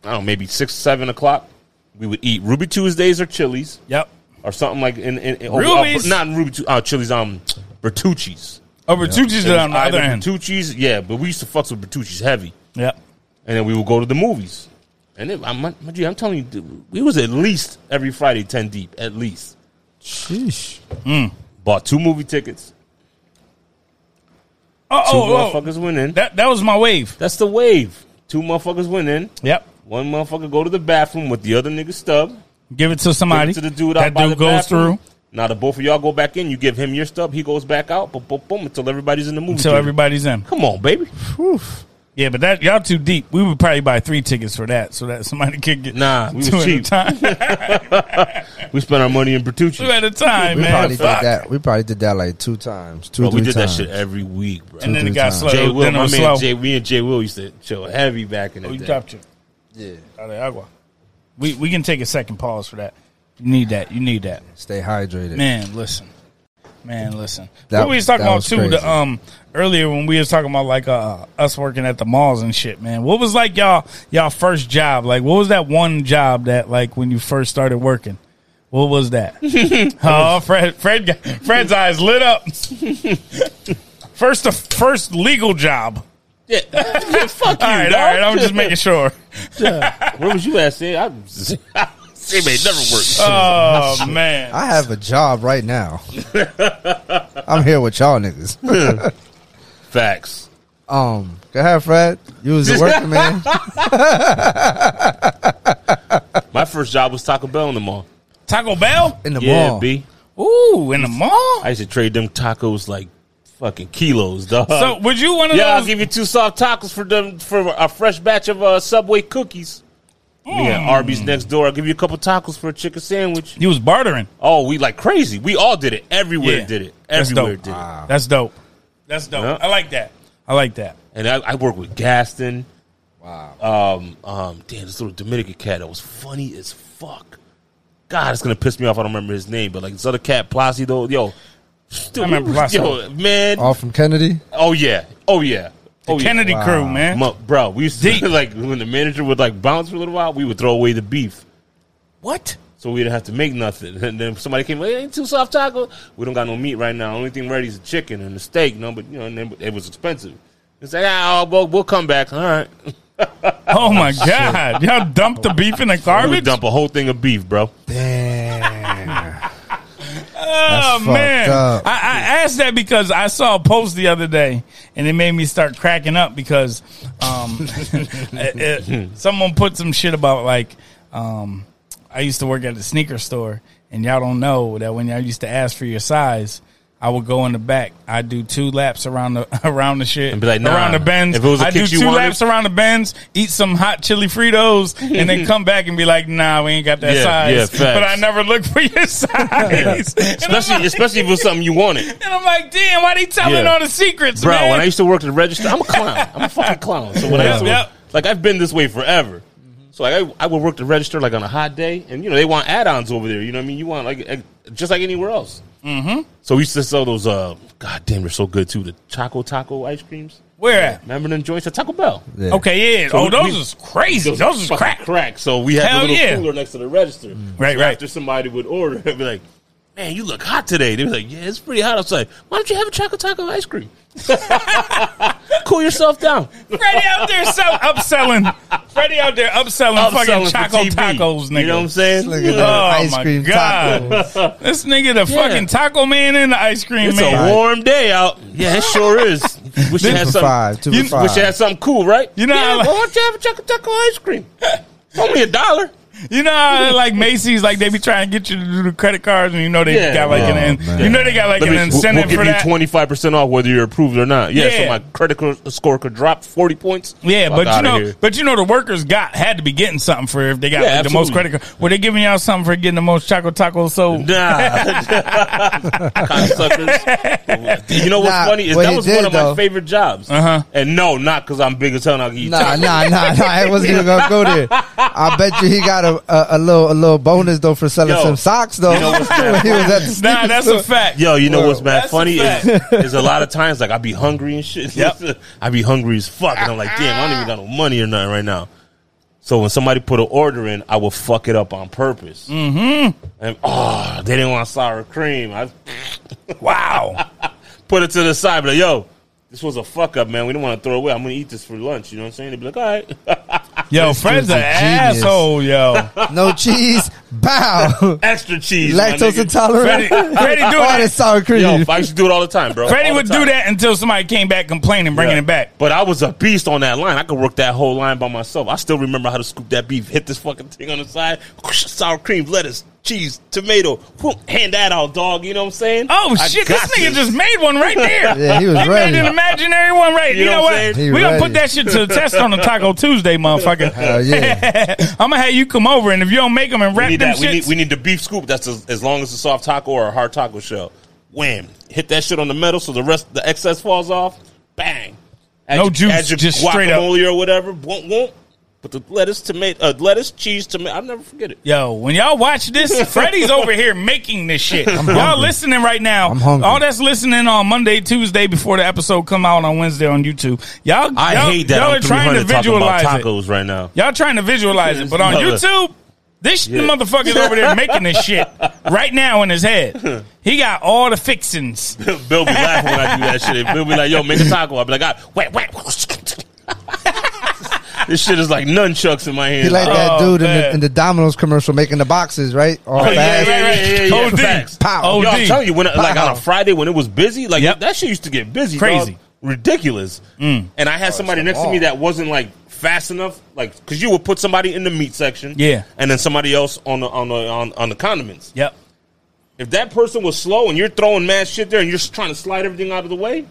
S3: I don't know, maybe six, seven o'clock. We would eat Ruby Tuesdays or Chili's
S1: Yep.
S3: or something like in, in, in
S1: Ruby's?
S3: uh, not Ruby, Tu- uh, Chili's, um, Bertucci's.
S1: Over two G's on the
S3: Either
S1: other end.
S3: Bertucci's, yeah, but we used to fuck with Bertucci's heavy,
S1: Yep.
S3: and then we would go to the movies. And it, I'm, my, my G, I'm telling you, dude, we was at least every Friday ten deep, at least.
S2: Sheesh.
S3: Bought two movie tickets.
S1: Oh,
S3: Two
S1: oh, oh.
S3: motherfuckers went in.
S1: That that was my wave.
S3: That's the wave. Two motherfuckers went in.
S1: Yep.
S3: One motherfucker go to the bathroom with the other nigga stub.
S1: Give it to
S3: Give
S1: somebody.
S3: it to the dude out
S1: that
S3: by
S1: dude
S3: the
S1: goes
S3: bathroom.
S1: through
S3: Now the both of y'all go back in. You give him your stub. He goes back out. Boom, boom, boom until everybody's in the movie.
S1: until
S3: theater.
S1: everybody's in.
S3: Come on, baby.
S1: Yeah, but that y'all too deep. We would probably buy three tickets for that, so that somebody could get
S3: Nah, we was
S1: [laughs] two at a
S3: cheap. [laughs]
S1: time.
S3: We spent our money in
S1: two
S3: Bertucci.
S1: at a time,
S2: We
S1: man.
S2: probably
S1: Fuck.
S2: did that. We probably did that like two times, two
S3: Bro, we
S2: three
S3: did that
S2: times.
S3: shit every week, bro.
S1: And then it
S2: Two,
S1: got
S2: three
S1: slow.
S3: Jay Will,
S1: then it
S3: my man
S1: was slow.
S3: Jay, we and Jay Will used to chill heavy back in the
S1: oh, you
S3: day.
S1: dropped you.
S2: Yeah.
S1: Out of agua. We we can take a second pause for that. You need that. You need that.
S2: Stay hydrated.
S1: Man, listen. Man, listen.
S2: That-
S1: what we was talking
S2: that
S1: about
S2: was
S1: too,
S2: crazy.
S1: the, um, earlier when we was talking about like uh us working at the malls and shit, man. What was like y'all y'all first job? Like, what was that one job that like when you first started working? What was that? [laughs] oh, Fred, Fred, got- Fred's eyes lit up. first, the first legal job.
S3: Yeah, [laughs] Yeah, fuck
S1: [laughs]
S3: you.
S1: All right,
S3: dog.
S1: all right. I'm just
S3: [laughs]
S1: making sure.
S3: Where was you at, Sid? I, [laughs] Sid may never work.
S1: Oh man,
S2: I
S3: [laughs]
S2: have a job right now. I'm here with y'all niggas.
S3: Facts.
S2: Um, go ahead, Fred. You was a working man.
S3: [laughs] My first job was Taco Bell in the mall.
S1: Taco Bell?
S2: in the
S3: yeah,
S2: mall.
S3: B.
S1: Ooh, in the mall?
S3: I used to trade them tacos like fucking kilos, dog.
S1: So would you one of
S3: uh, yeah, I'll
S1: those?
S3: give you two soft tacos for them for a fresh batch of uh, Subway cookies.
S1: Mm.
S3: We had Arby's next door. I'll give you a couple tacos for a chicken sandwich.
S1: You was bartering.
S3: Oh, we like crazy. We all did it. Everywhere
S1: Yeah.
S3: did it.
S1: That's
S3: Everywhere
S1: dope.
S3: did it.
S1: That's dope. That's dope.
S3: Yeah.
S1: I like that. I like that.
S3: And I, I worked with Gaston. Wow. Um, um, damn, this little Dominican cat that was funny as fuck. God, it's gonna piss me off. I don't remember his name, but like this other cat, Placido, yo, dude,
S1: I remember
S3: he was-
S1: Placido.
S3: [laughs] Yo, man.
S2: All from Kennedy.
S3: Oh yeah. Oh yeah. Oh yeah.
S1: Kennedy crew, man.
S3: Mo- bro, we used
S1: Eh? Deep.
S3: to [laughs] like when the manager would like bounce for a little while, we would throw away the beef.
S1: What?
S3: So we didn't have to make nothing. [laughs] And then somebody came, hey, ain't too soft taco. We don't got no meat right now. Only thing ready is a chicken and a steak. No, but you know, and then it was expensive. It's like, ah, we'll, we'll come back. All right.
S1: Oh my god! Y'all dumped the beef in the
S3: We would
S1: garbage.
S3: dump a whole thing of
S1: [laughs]
S3: beef, bro.
S2: Damn.
S1: Oh
S2: fucked
S1: man, I,
S2: up.
S1: I asked that because I saw a post the other day, and it made me start cracking up because um, [laughs] it- it- someone put some shit about like um, I used to work at the sneaker store, and y'all don't know that when y'all used to ask for your size. I would go in the back. I do two laps around the [laughs] around the shit
S3: And be like, nah.
S1: around the bends.
S3: If it was a
S1: I do
S3: kick you
S1: two
S3: wanted-
S1: laps around the bends, eat some hot chili Fritos, and
S3: [laughs]
S1: then come back and be like, "Nah, we ain't got that
S3: Yeah,
S1: size."
S3: yeah,
S1: but I
S3: facts.
S1: never look for
S3: [laughs]
S1: your size. And I'm
S3: Especially,
S1: like-
S3: especially if it was something you wanted.
S1: and I'm like, damn, why they telling
S3: Yeah.
S1: all the secrets,
S3: Bro,
S1: man?
S3: when I used to work at the register, I'm a clown. I'm
S1: [laughs]
S3: a fucking clown. So when I used to,
S1: Yeah. Yep.
S3: like, I've been this way forever. So like, I, I would work the register like on a hot day, and you know they want add-ons over there. You know what I mean? You want like eh, just like anywhere else. Mm-hmm. So we used to sell those. Uh, God damn, they're so good too. The Choco Taco ice creams.
S1: Where at?
S3: Remember them joints at Taco Bell?
S2: Yeah.
S1: Okay, yeah. oh,
S3: we-
S1: those
S3: we-
S1: is crazy. Those, is
S3: fucking
S1: crack.
S3: Crack. So we had
S1: Hell
S3: the little
S1: yeah. Mm.
S3: cooler next to the register.
S1: Right,
S3: So
S1: right.
S3: After somebody would order, [laughs] I'd be like, "Man, you look hot today." They were like, "Yeah, it's pretty hot outside. Why don't you have a Choco Taco
S1: [laughs]
S3: ice cream? cool yourself down."
S1: Freddie out there sell, upselling. Freddie out there upselling,
S3: Upselling
S1: fucking
S3: for
S1: choco
S3: TV.
S1: tacos, nigga.
S3: You know what I'm saying?
S2: Look at
S3: Yeah.
S2: that
S1: Oh,
S2: ice
S1: my
S2: cream
S1: God.
S2: tacos.
S1: this nigga, the
S3: Yeah.
S1: fucking taco man and the ice cream
S3: It's
S1: man.
S3: a warm day out. Yeah, it sure
S1: [laughs]
S3: is. Wish you
S2: Two
S3: had
S2: for
S3: some.
S2: five. Two
S1: you-
S2: for five.
S3: Wish you had something cool, right?
S1: You know,
S3: yeah,
S1: I like-
S3: well, why don't you have a Choco Taco ice cream? It's only a dollar.
S1: You know, how, like Macy's, like they be trying to get you to do the credit cards, and you know they
S3: Yeah.
S1: got like
S3: Oh,
S1: an,
S2: man.
S1: you know they got like
S3: Let
S1: an
S3: me- we'll-
S1: incentive
S3: we'll give
S1: for
S3: you
S1: that.
S3: twenty five percent off whether you're approved or not. Yeah,
S1: Yeah.
S3: so my credit cor- score could drop forty points.
S1: Yeah,
S3: Fuck
S1: but you
S3: outta
S1: know,
S3: here.
S1: but you know, the workers got had to be getting something for if they got
S3: Yeah,
S1: like, the most
S3: absolutely.
S1: credit card. Were they giving y'all something for getting the most choco tacos? So
S3: Nah, [laughs] cocksuckers. You know what's
S2: Nah,
S3: funny is
S2: what
S3: that
S2: he
S3: was
S2: did,
S3: one of
S2: though-
S3: my favorite jobs. Uh-huh. And no, not because I'm big as hell. And I'll give you
S2: Nah,
S3: tacos.
S2: nah, nah, nah. I wasn't even gonna go there. I bet you he got a, a, a little a little bonus though for selling
S3: Yo,
S2: some socks though.
S3: you know
S2: [laughs]
S3: what's
S2: when he was
S1: [laughs]
S2: at the
S1: nah,
S2: sneaker
S1: that's
S3: [laughs]
S2: store.
S1: a fact.
S3: Yo, you know
S2: Word.
S3: what's mad
S1: That's
S3: funny
S1: a
S3: is, [laughs] is a lot of times like I be hungry and shit.
S1: Yep.
S3: [laughs] I be hungry as fuck, and I'm like, damn, I don't even got no money or nothing right now. So when somebody put an order in, I would fuck it up on purpose. Mm-hmm. And oh, they didn't want sour cream. I [laughs]
S1: Wow.
S3: put it to the side, but like, yo, this was a fuck up, man. We didn't want to throw it away. I'm gonna eat this for lunch. You know what I'm saying? They'd be like, all right. [laughs]
S1: Yo, Fred's an
S2: dude's a genius.
S1: asshole, yo.
S2: No cheese. Bow.
S3: extra cheese. my
S2: Lactose
S3: nigga.
S1: Freddie,
S2: intolerant. Oh,
S1: Freddie
S2: [laughs]
S1: do
S2: All
S1: that.
S2: that sour cream.
S3: Yo, I used to do it all the time, bro.
S1: Freddie
S3: All the
S1: would do
S3: time.
S1: that until somebody came back complaining, bringing
S3: Yeah.
S1: it back.
S3: But I was a beast on that line. I could work that whole line by myself. I still remember how to scoop that beef, hit this fucking thing on the side, sour cream, lettuce, cheese, tomato. Whoop, hand that out, dog. You know what I'm saying?
S1: Oh
S3: I
S1: shit! This
S3: got
S1: nigga
S3: this.
S1: just made one
S3: [laughs]
S1: right there.
S2: Yeah, he was ready.
S1: made an imaginary one right. You,
S3: You know
S1: know
S3: what I'm
S1: what?
S2: saying?
S1: We gonna
S2: He
S1: put
S2: ready.
S1: that shit to the test on the Taco Tuesday, motherfucker. [laughs]
S2: Hell Uh, yeah.
S1: I'm gonna have you come over, and if you don't make them and
S3: We
S1: wrap
S3: need
S1: them
S3: that. We need,
S1: shits-
S3: we need the beef scoop. That's as, as long as a soft taco or a hard taco shell. Wham! Hit that shit on the metal so the rest, the excess falls off. Bang! Add
S1: No
S3: your-
S1: juice,
S3: add your
S1: just straight up.
S3: guacamole or whatever. Won't won't. But the lettuce, tomato, uh, lettuce, cheese, tomato. I'll never forget it.
S1: Yo, when y'all watch this,
S3: [laughs]
S1: Freddie's over here making this shit. y'all listening right now.
S2: I'm hungry.
S1: All that's listening on Monday, Tuesday before the episode come out on Wednesday on YouTube. Y'all,
S3: I
S1: y'all,
S3: hate that.
S1: Y'all
S3: I'm
S1: are trying to
S3: 300 talking about
S1: visualize it.
S3: tacos right now.
S1: Y'all trying to visualize it, but on
S3: Mother.
S1: YouTube, this
S3: Yeah.
S1: motherfucker's over there making this
S3: [laughs]
S1: shit right now in his head. He got all the fixings.
S3: [laughs] Bill be laughing when I do that shit. Bill be like, "Yo, make a taco." I be like, "Ah, wait, wait." [laughs] this shit is like nunchucks in my hand.
S2: He like
S1: Oh,
S2: that dude in
S1: man.
S2: the, in the Domino's commercial making the boxes, right? All
S3: Oh, yeah,
S2: fast.
S3: yeah, yeah, yeah, yeah.
S1: OD.
S3: Facts.
S2: Pow.
S3: Yo,
S1: OD.
S3: I'm telling you, when it- like on
S2: Wow.
S3: a Friday when it was busy, like
S1: Yep.
S3: that shit used to get busy,
S1: Crazy. Mm.
S3: dog. ridiculous. And I had
S2: Oh,
S3: somebody next to me that wasn't like fast enough, like because you would put somebody in the meat section,
S1: Yeah.
S3: and then somebody else on the on the on, on the condiments.
S1: Yep.
S3: If that person was slow and you're throwing mad shit there and you're trying to slide everything out of the way,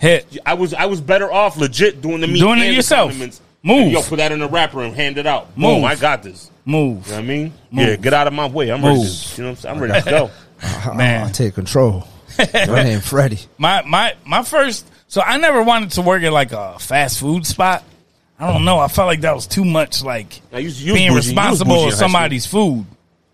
S1: Hit.
S3: I was I was better off legit doing the meat
S1: Doing it
S3: and the
S1: yourself.
S3: condiments.
S1: Move.
S3: yo, put that in a wrapper and hand it out.
S1: Move.
S3: Boom, I got this.
S1: Move.
S3: You know what I mean?
S1: Move.
S3: Yeah, get out of my way. I'm ready. To, you know what I'm saying? I'm ready to go.
S1: Man.
S2: I'll
S1: [laughs]
S2: take control. My name Freddie.
S1: my my my first so I never wanted to work at like a fast food spot. I don't know. I felt like that was too much like
S3: Now, you- you
S1: being
S3: was bougie. You was bougie
S1: responsible
S3: in
S1: for
S3: high school.
S1: somebody's food.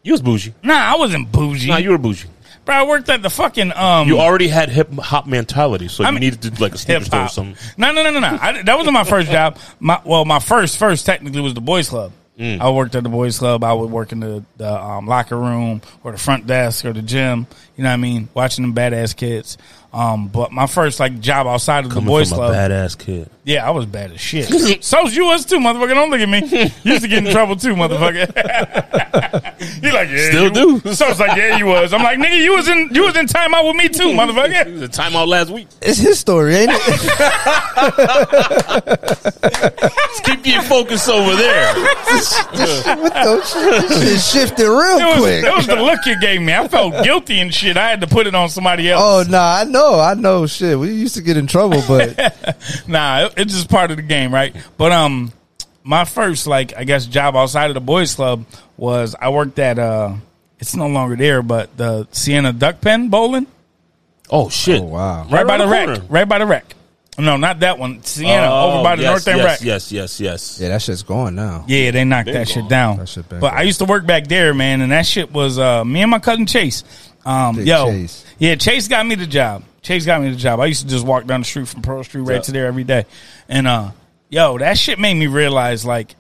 S3: You was bougie.
S1: Nah, I wasn't bougie.
S3: Nah, you were bougie.
S1: Bro, I worked at the fucking um
S3: You already had hip hop mentality, so
S1: mean-
S3: you needed to do like a sneaker
S1: hip
S3: store or
S1: hop.
S3: something.
S1: No, no, no, no, no. I, that wasn't my first job. My well, my first first technically was the boys club.
S3: Mm.
S1: I worked at the boys club. I would work in the, the um, locker room or the front desk or the gym. You know what I mean? Watching them badass kids. Um, but my first like job outside of the boys
S3: from
S1: club.
S3: a badass kid.
S1: Yeah, I was bad as shit. [laughs] so was you was too, motherfucker. Don't look at me. You used to get in trouble too, motherfucker. [laughs] you like yeah,
S3: Still
S1: you-
S3: do.
S1: So it's like yeah, you was. I'm like nigga, you was in you was in timeout with me too, motherfucker.
S3: was a timeout last week.
S2: It's his story, ain't it? [laughs]
S3: Keep your focus over
S1: [laughs]
S3: there.
S2: what the shit? This shit shifted real
S1: It was,
S2: quick.
S1: it was the look you gave me. I felt guilty and shit. I had to put it on somebody else.
S2: Oh no, I know, I know. Shit, we used to get in trouble,
S1: [laughs]
S2: but
S3: Oh.
S1: Nah, it, it's just part of the game, right? But um, my first like I guess job outside of the boys club was I worked at uh, it's no longer there, but the Sienna Duck Pen bowling.
S3: Oh shit!
S2: Oh, wow.
S1: right, by the
S3: around
S1: wreck.
S3: corner.
S1: Right by the wreck. No, not that one. Sienna
S3: Oh,
S1: over by the
S3: yes,
S1: North End
S3: yes,
S1: wreck.
S3: Yes, yes, yes,
S2: yeah, that shit's going now.
S1: Yeah, they knocked that shit down.
S2: That shit been
S1: but
S2: gone.
S1: I used to work back there, man, and that shit was uh, me and my cousin Chase. Um,
S2: Big
S1: yo,
S2: Chase.
S1: yeah, Chase got me the job. Chase got me the job. I used to just walk down the street from Pearl Street right
S3: Yeah.
S1: to there every day, and uh, yo, that shit made me realize like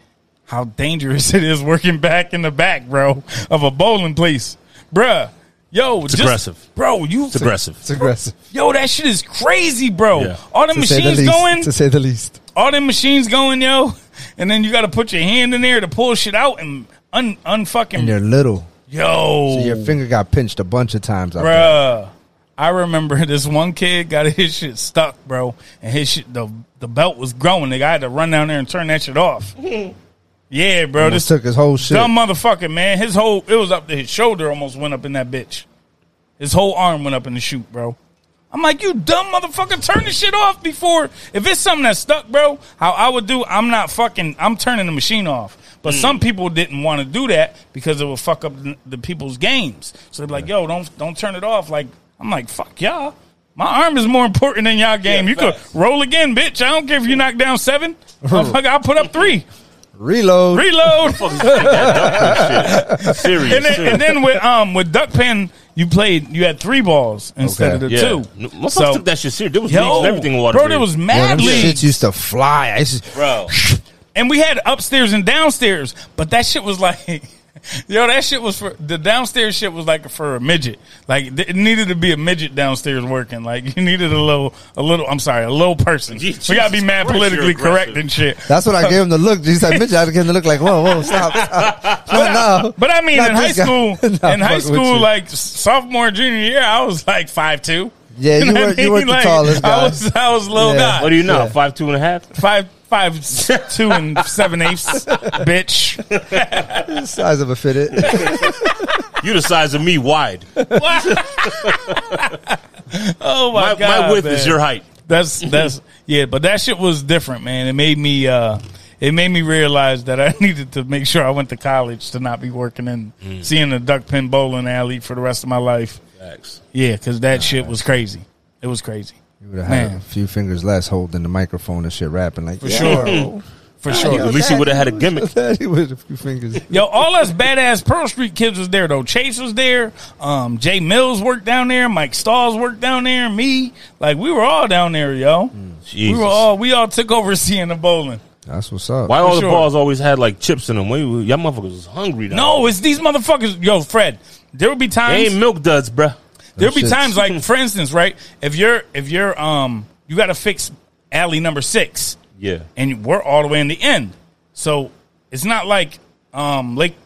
S1: how dangerous [laughs] it is working back in the back, bro, of a bowling place, bruh. Yo, it's
S3: aggressive.
S1: bro. You
S3: It's aggressive.
S2: It's aggressive,
S1: yo, that shit is crazy, bro.
S3: Yeah.
S1: All the
S2: to say the
S1: machines
S2: least.
S1: going,
S2: To say the least,
S1: all them machines going, yo, [laughs] and then you got to put your hand in there to pull shit out and un
S2: and
S1: unfucking
S2: you're little,
S1: yo,
S2: so your finger got pinched a bunch of times. out there.
S1: bruh. I remember [laughs] this one kid got his shit stuck, bro, and his shit the the belt was growing. Nigga, I had to run down there and turn that shit off. yeah, bro,
S2: Almost
S1: this
S2: took his whole shit.
S1: dumb motherfucker, man. His whole it was up to his shoulder, almost went up in that bitch. His whole arm went up in the chute, bro. I'm like, you dumb motherfucker, turn this shit off before. If it's something that's stuck, bro, how I would do, I'm not fucking, I'm turning the machine off.
S3: Hmm.
S1: But some people didn't want to do that because it would fuck up the, the people's games. So they're like, yo, don't don't turn it off. Like, I'm like, fuck y'all. My arm is more important than y'all game.
S3: Yeah,
S1: you could
S3: facts.
S1: roll again, bitch. I don't care if you knock down
S3: [laughs]
S1: seven. Motherfucker, I'll put up three.
S2: Reload.
S1: Reload.
S3: Shit. Serious.
S1: and then, and then with um with duck pen you played you had three balls instead
S2: Okay.
S1: of the
S3: yeah.
S1: two.
S3: No, Motherfuckers took that shit serious. There was leagues and everything in water.
S1: bro, there was
S2: Yo,
S1: mad
S2: them shits
S1: leagues,
S2: used to fly. I used to-
S3: bro.
S1: and we had upstairs and downstairs. But that shit was like, [laughs] yo, that shit was for the downstairs shit was like for a midget. Like th- it needed to be a midget downstairs working. Like [laughs] you needed a little, a little. I'm sorry, a little person.
S3: Jesus
S1: we gotta be mad
S3: Christ, you're
S1: politically correct
S3: aggressive.
S1: and shit.
S2: That's what I gave him the look. He's like, bitch, I gave him the look like, whoa, whoa, stop,
S1: [laughs]
S2: stop. No, no.
S1: But I mean,
S2: Not
S1: in high
S2: this guy. [laughs]
S1: school,
S2: No,
S1: in high
S2: fuck with you.
S1: school, like sophomore, junior year, I was like five two.
S2: Yeah, you weren't- you weren't the tallest
S1: I
S2: guy.
S1: was, I was a little
S2: Yeah.
S1: guy.
S3: What do you know?
S2: Yeah.
S3: Five two and a half.
S1: Five, five, s- two and seven
S2: [laughs]
S1: eighths, bitch. [laughs]
S2: size of a fitted.
S3: You the size of me wide.
S1: oh my
S3: My,
S1: god,
S3: my width is
S1: man.
S3: your height.
S1: That's that's yeah, but that shit was different, man. It made me uh it made me realize that I [laughs] needed to make sure I went to college to not be working in
S3: Mm.
S1: seeing the duck pin bowling alley for the rest of my life. Yeah, because that shit was crazy. It was crazy.
S2: You would have had
S1: Man.
S2: a few fingers less holding the microphone and shit, rapping like, for [laughs]
S1: sure. For sure.
S3: At least he would have had a gimmick.
S2: he would have a few fingers.
S1: Yo, all us badass Pearl Street kids was there though. Chase was there. Um, Jay Mills worked down there. Mike Stalls worked down there. Me, like we were all down there, yo. We
S3: Mm, Jesus.
S1: were all we all took over [laughs] seeing the bowling.
S2: That's what's up.
S3: Why all the
S1: sure.
S3: balls always had like chips in them? Why you- Y'all motherfuckers was hungry. Now.
S1: No, it's these motherfuckers. Yo, Fred, there would be
S3: they ain't
S1: times.
S3: milk duds, bruh.
S1: There'll be
S2: shits.
S1: times
S3: [laughs]
S1: like, for instance, right? If you're if you're um you got to fix alley number six.
S3: Yeah.
S1: and we're all the way in the end. So it's not like um Lake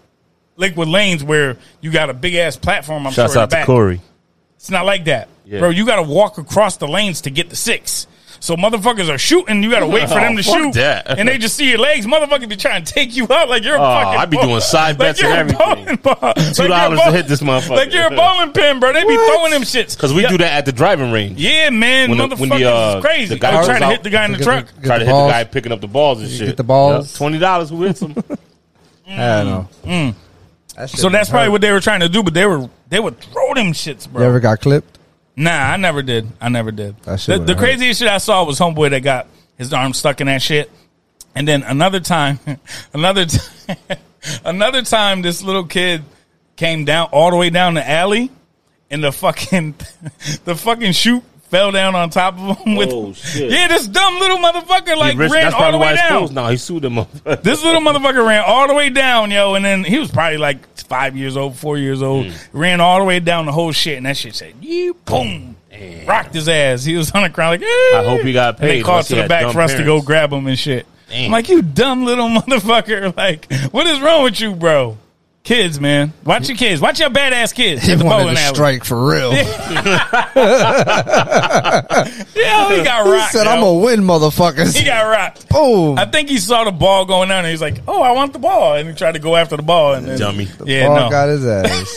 S1: Lakewood Lanes where you got a big ass platform. I'm
S3: Shouts
S1: sure in
S3: out
S1: the
S3: to
S1: back.
S3: Corey.
S1: It's not like that.
S3: Yeah.
S1: bro. You got to walk across the lanes to get the six. So motherfuckers are shooting. You got to wait for
S3: [laughs]
S1: them to
S3: Oh, fuck
S1: shoot,
S3: that.
S1: and they just see your legs. Motherfuckers be trying to take you out like you're a
S3: Oh,
S1: fucking.
S3: I be doing
S1: bowling-
S3: side bets
S1: like
S3: and
S1: you're a
S3: everything.
S1: bowling ball.
S3: Two
S1: Like you're a
S3: dollars to
S1: bowl-
S3: hit this motherfucker.
S1: Like you're a bowling pin, bro. They be throwing them shits
S3: Because we
S1: Yeah.
S3: do that at the driving range.
S1: Yeah, man,
S3: When the-
S1: motherfuckers
S3: when the, uh,
S1: is crazy.
S3: the guy
S1: I'm
S3: was
S1: trying to
S3: out-
S1: hit the guy in the
S2: Get
S1: truck.
S2: the-
S3: Try to hit
S2: balls.
S3: the guy picking up the balls and shit.
S2: the balls.
S3: Yeah, Twenty dollars. Who hits them?
S2: I don't know. That
S1: Mm.
S2: shit
S1: So that's
S2: hurt.
S1: probably what they were trying to do, but they were they would throw them shits, bro.
S2: You ever got clipped?
S1: Nah, I never did. I never did.
S2: That shit
S1: the
S2: would've
S1: the
S2: hurt.
S1: craziest shit I saw was homeboy that got his arm stuck in that shit. And then another time, [laughs] another t- [laughs] another time, this little kid came down all the way down the alley, and the fucking [laughs] the fucking chute fell down on top of him. [laughs] With
S3: Oh,
S1: [laughs]
S3: shit.
S1: yeah, this dumb little motherfucker like
S3: He risked-
S1: ran all the way
S3: it's
S1: down.
S3: closed now. He sued them up. [laughs]
S1: This little motherfucker ran all the way down, yo, and then he was probably like five years old, four years old.
S3: Mm.
S1: Ran all the way down the whole shit, and that shit said, "You boom." Rocked his ass. He was on the ground like, "Eh."
S3: I hope he got
S1: And they
S3: paid,
S1: called
S3: unless
S1: to
S3: he
S1: the
S3: had
S1: back for
S3: dumb
S1: us to go
S3: parents.
S1: grab him and shit.
S3: Damn.
S1: I'm like, you dumb little [laughs] motherfucker. Like, what is wrong with you, bro? Kids, man. Watch your kids. Watch your badass kids.
S2: He
S1: at the
S2: wanted
S1: bowling
S2: to
S1: alley.
S2: strike
S1: [laughs]
S2: for real. he
S1: Yeah, oh, he
S2: [laughs]
S1: got rocked.
S2: said, "I'm
S1: yo.
S2: gonna win,
S1: [laughs]
S2: motherfuckers."
S1: He got rocked.
S2: Boom.
S1: I think he saw the ball going down, and he's like, "Oh, I want the ball," and he tried to go after the ball. And then,
S3: Dummy.
S1: yeah,
S2: Ball
S1: no,
S2: got
S1: [laughs]
S2: his ass.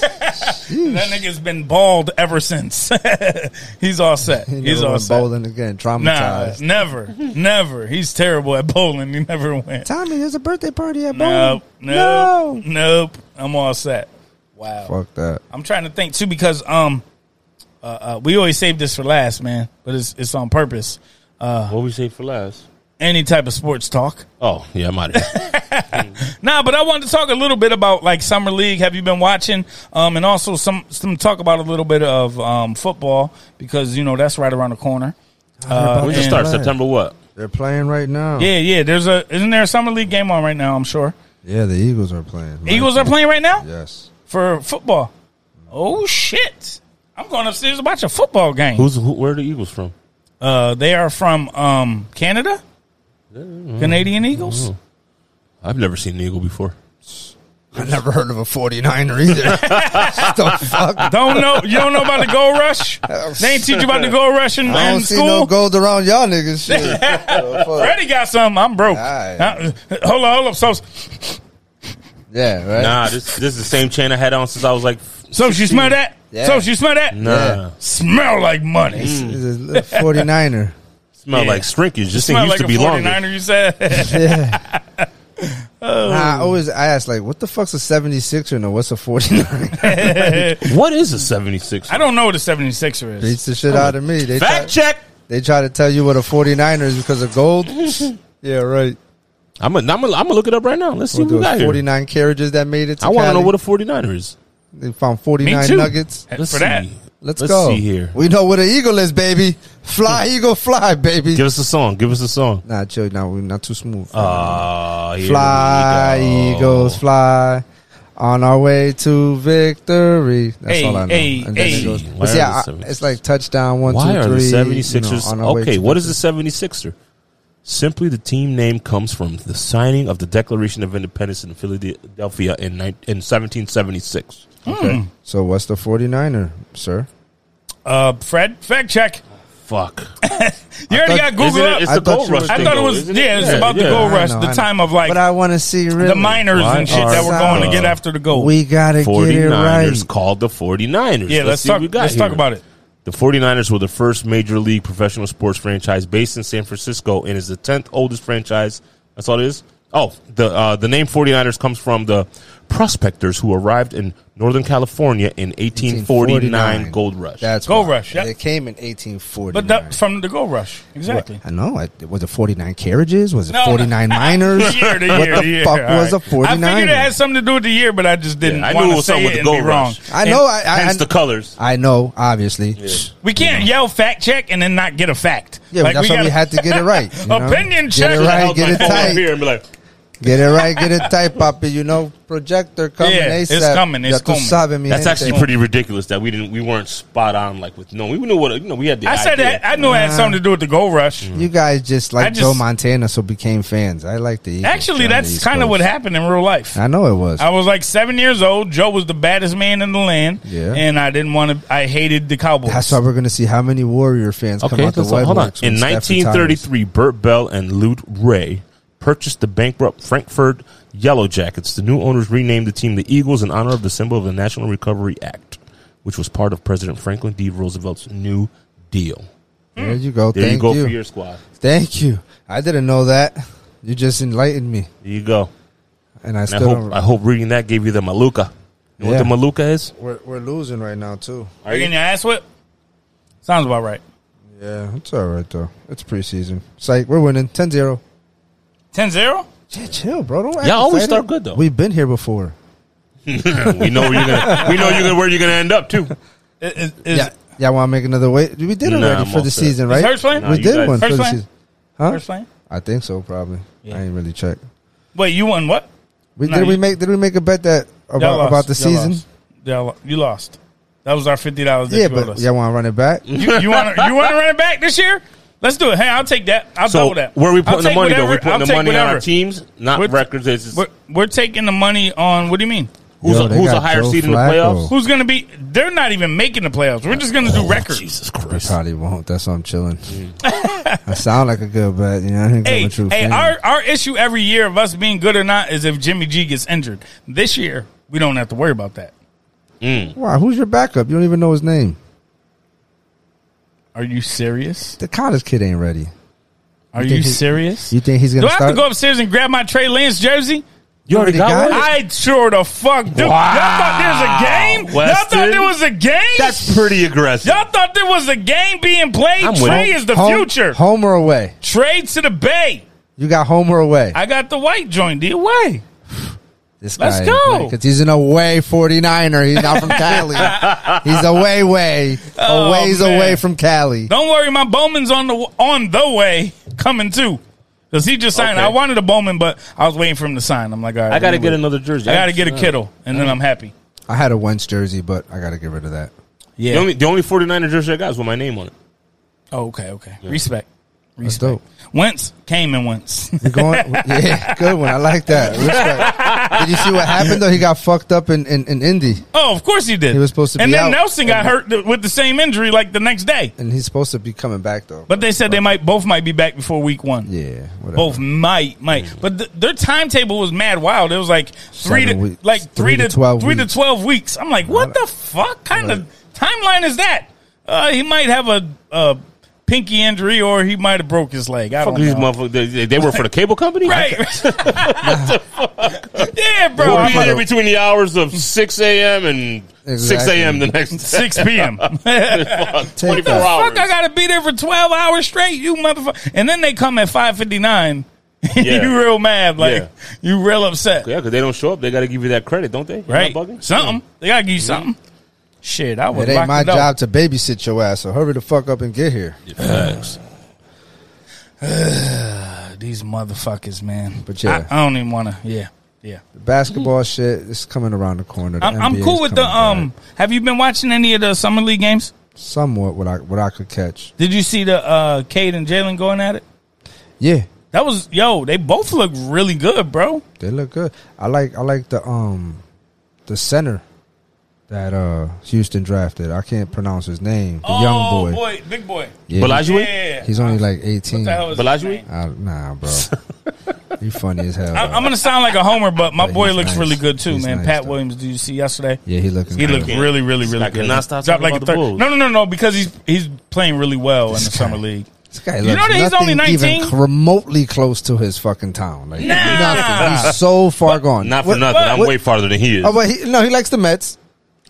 S1: that nigga's been bald ever since. [laughs] he's all set.
S2: [laughs] He
S1: he's
S2: never
S1: all
S2: went
S1: set.
S2: bowling again.
S1: Nah,
S2: Traumatized. [laughs]
S1: never, never. He's terrible at bowling. He never went.
S2: Tommy, there's a birthday party at bowling.
S1: Nope, nope,
S2: no.
S1: nope. I'm all set. Wow.
S2: Fuck that.
S1: I'm trying to think too because um, uh, uh, we always save this for last, man. But it's it's on purpose.
S3: What we say for last?
S1: Any type of sports talk.
S3: Oh yeah, I'm out of here.
S1: Nah, but I wanted to talk a little bit about like summer league. Have you been watching? Um, and also some some talk about a little bit of um football because you know that's right around the corner. Uh,
S3: When does it
S1: and-
S3: start?
S2: Right.
S3: September what?
S2: They're playing right now.
S1: Yeah, yeah. There's a isn't there a summer league game on right now? I'm sure.
S2: Yeah, the Eagles are playing.
S1: Eagles are playing right now
S2: Yes.
S1: for football. Oh shit! I'm going upstairs to watch a football game.
S3: Who's who, where are the Eagles from?
S1: Uh, they are from um Canada,
S3: Mm-hmm.
S1: Canadian Eagles.
S3: I've never seen an Eagle before.
S2: I never heard of a 49er either.
S1: [laughs]
S2: the fuck?
S1: Don't know you don't know about the gold
S3: [laughs]
S1: rush. They ain't teach you about the gold rush in,
S2: I
S1: in
S2: don't see no
S1: school.
S2: gold around y'all niggas. Shit. The
S1: [laughs]
S2: fuck?
S1: Freddie got some. I'm broke.
S2: Aight.
S1: Uh, hold on, hold up. So,
S2: Yeah, right?
S3: Nah, this this is the same chain I had on since I was like.
S1: so she smell that?
S2: Yeah.
S1: So she smell that?
S3: Nah,
S2: Yeah.
S1: Smell like money.
S3: Mm.
S2: He's a little 49er.
S3: smell
S1: Yeah.
S3: like shrinkage. This thing
S1: Smell
S3: used
S1: like
S3: to
S1: a
S3: be
S1: 49er,
S3: longer.
S1: you said. [laughs]
S2: Yeah.
S1: Oh.
S2: Nah, I always ask, like, what the fuck's a 76er and what's a 49er?
S3: What is a 76?
S1: I don't know what a 76er is.
S2: Beats the shit out of me. They try,
S3: Fact check.
S2: they try to tell you what a 49er is because of
S1: [laughs]
S2: gold. yeah, right.
S3: I'm gonna I'm gonna I'm gonna look it up right now. Let's see
S2: Well,
S3: what we
S2: there
S3: got
S2: was
S3: here.
S2: 49 carriages that made it to
S3: I want to know
S2: Cali.
S3: what a 49er is.
S2: They found
S1: Me
S2: 49
S1: too.
S2: nuggets.
S3: Let's
S1: for
S3: see.
S1: that.
S2: Let's, go.
S3: see here.
S2: We know what an eagle is, baby. Fly, eagle, fly, baby.
S3: Give us a song. Give us a song.
S2: Nah, chill. Nah, we're not too smooth.
S3: Uh, here
S2: fly,
S3: we go.
S2: eagles, fly. On our way to victory. That's
S1: Hey,
S2: all I know.
S1: hey,
S2: and then
S1: hey.
S2: it goes.
S3: Why
S2: But see,
S3: are
S2: I,
S3: the
S2: I- it's like touchdown one, two, three.
S3: Why are the
S2: you know,
S3: 76ers?
S2: on our way
S3: okay,
S2: to
S3: what is the 76er? Simply, the team name comes from the signing of the Declaration of Independence in Philadelphia in, nine in 1776.
S2: So what's the 49er, sir?
S1: Uh, Fred, fact check.
S3: Fuck.
S1: You already
S2: thought-
S1: got Google
S3: Isn't
S1: up.
S3: it- it's
S2: I
S3: the
S2: thought
S3: gold
S2: you were-
S3: rush.
S1: I
S3: thing,
S1: thought it
S3: though,
S1: was-
S3: isn't
S1: yeah, it's about the
S3: Yeah.
S1: gold
S2: I
S1: rush,
S2: know,
S1: the
S2: I know.
S1: time of, like,
S2: But I want to see really.
S1: the miners
S3: Why
S1: and shit
S2: are
S1: that were going to
S2: some-
S1: get after the gold.
S2: We gotta get it
S3: 49ers
S2: right.
S3: called the 49ers.
S1: yeah, let's,
S3: see
S1: talk.
S3: what we got
S1: Let's
S3: here.
S1: talk about it.
S3: The 49ers were the first major league professional sports franchise based in San Francisco and is the 10th oldest franchise. That's all it is. Oh, the uh, the name 49ers comes from the prospectors who arrived in Northern California in 1849, gold rush.
S2: That's
S1: Gold
S2: why.
S1: rush, yeah.
S2: It came in 1849.
S1: But that, from the gold rush, exactly.
S2: I know. I, was it 49 carriages? Was it
S1: No, no. [laughs]
S2: 49 miners?
S1: year to
S2: what
S1: year
S2: the
S1: to year.
S2: fuck
S1: All right.
S2: was a 49
S1: I figured it had something to do with the year, but I just didn't
S3: Yeah, I knew
S1: want
S3: it
S1: to
S3: was
S1: say
S3: something with
S1: it
S3: the
S1: and be
S3: gold
S1: wrong.
S3: rush.
S2: I know. I, I,
S3: Hence the colors.
S2: I know, obviously.
S1: We can't yell fact check and then not get a fact.
S2: Yeah,
S1: Like,
S2: that's why we
S1: gotta- [laughs]
S2: had to get it right. you know?
S1: Opinion
S2: Get
S1: check.
S2: it right, get it
S3: Hold my phone up
S2: tight.
S3: here and be like,
S2: Get it right, get it tight, papi. You know, projector coming
S1: Yeah,
S2: ASAP.
S1: it's coming, it's
S2: Ya tú
S1: coming.
S2: sabes, mi
S3: That's
S2: gente.
S3: actually pretty ridiculous that we didn't we weren't spot on like with no we knew what you know we had the
S1: I said
S3: idea.
S1: that I knew it had something to do with the gold rush.
S2: You guys just like
S1: just-
S2: Joe Montana, so became fans. I like the Eagles.
S1: Actually,
S2: They're on the
S1: that's
S2: East
S1: kind of
S2: Coast.
S1: what happened in real life.
S2: I know it was.
S1: I was like seven years old. Joe was the baddest man in the land,
S2: Yeah.
S1: and I didn't want to. I hated the Cowboys.
S2: That's why we're going to see how many Warrior fans come
S3: Okay,
S2: out the
S3: so hold on.
S2: woodworks
S3: In
S2: when Steph
S3: 1933, Burt Bell and Lute Ray purchased the bankrupt Frankfurt Yellow Jackets. The new owners renamed the team the Eagles in honor of the symbol of the National Recovery Act, which was part of President Franklin D. Roosevelt's New Deal.
S2: retires. There you go.
S3: There
S2: Thank
S3: you go for your squad.
S2: Thank you. I didn't know that. You just enlightened me,
S3: There you go.
S2: and I
S3: And I
S2: still
S3: hope
S2: don't.
S3: I hope reading that gave you the Maluka. You know
S2: Yeah.
S3: what the
S2: [laughs]
S3: Maluka is?
S2: we're, we're losing right now too.
S3: Are
S1: You're
S3: you-
S1: getting your ass whipped. Sounds about right.
S2: Yeah, it's all right though. It's preseason. Psych, we're winning 10-0.
S1: 10-0?
S2: Yeah, chill, bro. Don't act
S3: Y'all always
S2: excited.
S3: start good, though.
S2: We've been here before.
S3: we know where you're gonna. We know you're gonna, where you're gonna
S2: [laughs]
S3: end up too.
S1: Is, is, is
S2: yeah, y'all want to make another way? We did
S3: Nah,
S2: already
S3: I'm
S2: for
S3: all
S2: the
S3: set.
S1: Is
S2: season, right?
S1: Hurts playing?
S3: Nah,
S2: we
S3: you
S2: did
S3: guys-
S2: one for
S1: Hurts
S2: the
S1: playing?
S2: season. Huh?
S1: Hurts playing?
S2: I think so, probably. I ain't really checked.
S1: Wait, you won what?
S2: We,
S1: No,
S2: did we
S1: you-
S2: make? Did we make a bet that
S1: Y'all
S2: about,
S1: lost.
S2: about the
S1: Y'all
S2: season?
S1: lost. Y'all- you lost. That was our fifty dollars.
S2: Yeah,
S1: you owed
S2: but
S1: us.
S2: y'all want to run it back?
S1: you, you want to you want to run it back this year? Let's do it. Hey, I'll take that. I'll
S3: So
S1: double that.
S3: where are we
S1: I'll
S3: putting the
S1: take
S3: money though?
S1: whatever-
S3: We're putting
S1: I'll
S3: the
S1: take
S3: money on
S1: whatever.
S3: our teams, not
S1: We're-
S3: records. It's just-
S1: We're, we're taking the money on. What do you mean?
S3: who's
S2: Yo,
S3: a,
S2: they
S3: who's a
S2: got
S3: higher
S2: Joe
S3: seed in the
S2: Flacco.
S3: playoffs?
S1: Who's gonna be? They're not even making the playoffs. We're just gonna do records.
S3: Oh, Jesus Christ!
S2: Probably won't. That's why I'm chilling. I sound like a good bet. You know, I ain't
S1: Hey,
S2: a true
S1: hey,
S2: fan.
S1: our, our issue every year of us being good or not is if Jimmy G gets injured. This year, we don't have to worry about that.
S2: Wow, who's your backup? You don't even know his name.
S1: Are you serious?
S2: The college kid ain't ready.
S1: Are
S2: think
S1: you
S2: he-
S1: serious?
S2: You think he's
S1: Do
S2: gonna
S1: I have
S2: start?
S1: to go upstairs and grab my Trey Lance jersey?
S3: You already
S2: Already got
S3: got, one?
S2: it?
S1: I sure the fuck do.
S3: Wow.
S1: Y'all thought there was a game? Y'all
S3: Weston?
S1: thought there was a game?
S3: That's pretty aggressive.
S1: Y'all thought there was a game being played?
S3: I'm with
S1: Trey
S3: it.
S1: is the
S2: Home-
S1: future.
S2: Home or away?
S1: Trade to the Bay.
S2: You got home or away?
S1: I got the white joint. The away.
S2: This guy,
S1: Let's go.
S2: Because he's an away 49er. He's not
S1: [laughs]
S2: from Cali. he's away, way.
S1: Oh,
S2: A ways
S1: man.
S2: away from Cali.
S1: Don't worry, my Bowman's on the on the way coming too. Cause he just signed.
S3: Okay.
S1: I wanted a Bowman, but I was waiting for him to sign. I'm like, all right,
S3: I got to
S1: let me
S3: get
S1: wait.
S3: another jersey. Uh,
S1: I got to get a Kittle, and then I'm happy.
S2: I had a Wentz jersey, but I got to get rid of that.
S1: Yeah.
S3: The only, the only 49er jersey I got is with my name on it.
S1: oh, okay. Okay. Respect.
S2: That's dope.
S1: Wentz came and Wentz.
S2: You going? yeah, good one. I like that. Respect. Did you see what happened though? He got fucked up in, in, in Indy,
S1: [laughs] oh, of course he did.
S2: He was supposed to
S1: And
S2: be
S1: then
S2: out.
S1: Nelson got hurt th- with the same injury like the next day.
S2: and he's supposed to be coming back though.
S1: But they said they might both might be back before week one.
S2: yeah, whatever.
S1: Both might, might, but th- their timetable was mad wild. It was like three
S2: Seven
S1: to
S2: weeks.
S1: like three, to, twelve three
S2: weeks.
S1: to twelve weeks. I'm like, what the fuck kind of timeline is that? Uh, he might have a, a pinky injury, or he might have broke his leg. I
S3: Fuck
S1: don't
S3: these
S1: know.
S3: motherfuckers. They, they- they work for the cable company?
S1: Oh, [laughs]
S3: [laughs]
S1: Right? yeah, bro.
S3: We'll be
S1: I'm like,
S3: there between the
S1: [laughs]
S3: hours of 6 a.m. and 6
S2: Exactly.
S3: a.m. the
S2: [laughs]
S3: next
S1: Six
S3: [laughs]
S1: p.m. [laughs] what the
S3: Fuck, 24 hours.
S1: fuck? I gotta be there for twelve hours straight, you motherfucker. And then they come at five fifty nine. [laughs]
S3: Yeah.
S1: you real mad, like
S3: Yeah.
S1: you real upset.
S3: yeah, because they don't show up. They got to give you that credit, don't they? Am I
S1: Right.
S3: bugging?
S1: Something. They gotta give you something. Shit, I would
S2: it
S1: lock
S2: ain't my
S1: it up.
S2: job to babysit your ass. So hurry the fuck up and get here.
S3: Facts.
S1: These motherfuckers, man.
S2: But yeah.
S1: I, I don't even wanna yeah. Yeah.
S2: The basketball shit is coming around the corner. The
S1: I'm, I'm
S2: NBA
S1: cool
S2: is
S1: with the
S2: coming
S1: um
S2: back.
S1: have you been watching any of the summer league games?
S2: somewhat what I what I could catch.
S1: Did you see the uh Cade and Jalen going at it?
S2: Yeah,
S1: That was yo, they both look really good, bro.
S2: they look good. I like I like the um the center that uh Houston drafted. I can't pronounce his name. The young boy.
S1: big Oh, boy.
S2: Yeah,
S3: Bellagio?
S1: Yeah.
S2: He's only like eighteen.
S1: The hell is his
S3: Bellagio?
S1: name?
S2: I, nah, bro.
S1: [laughs]
S2: you funny as hell.
S1: I,
S2: though.
S1: I'm gonna sound like a homer, but my
S2: But
S1: boy
S2: he's
S1: looks
S2: nice.
S1: really good too,
S2: He's
S1: man.
S2: nice,
S1: Pat
S2: though.
S1: Williams, did you see yesterday?
S2: yeah, he looking.
S1: He
S2: good.
S1: looked really, really, really
S3: I
S1: good.
S3: cannot stop
S1: Dropped
S3: talking
S1: like
S3: about
S1: a
S3: the
S1: third.
S3: Bulls.
S1: No, no, no, no, because he's he's playing really well in the summer league.
S2: This guy
S1: You
S2: looks
S1: know that he's only
S2: nothing even
S1: 19?
S2: remotely close to his fucking town. Like
S1: Nah.
S2: nothing. He's so far gone.
S3: Not for
S2: What-
S3: nothing. I'm
S2: what-
S3: way farther than he is.
S2: Oh, but he, no, he likes the Mets,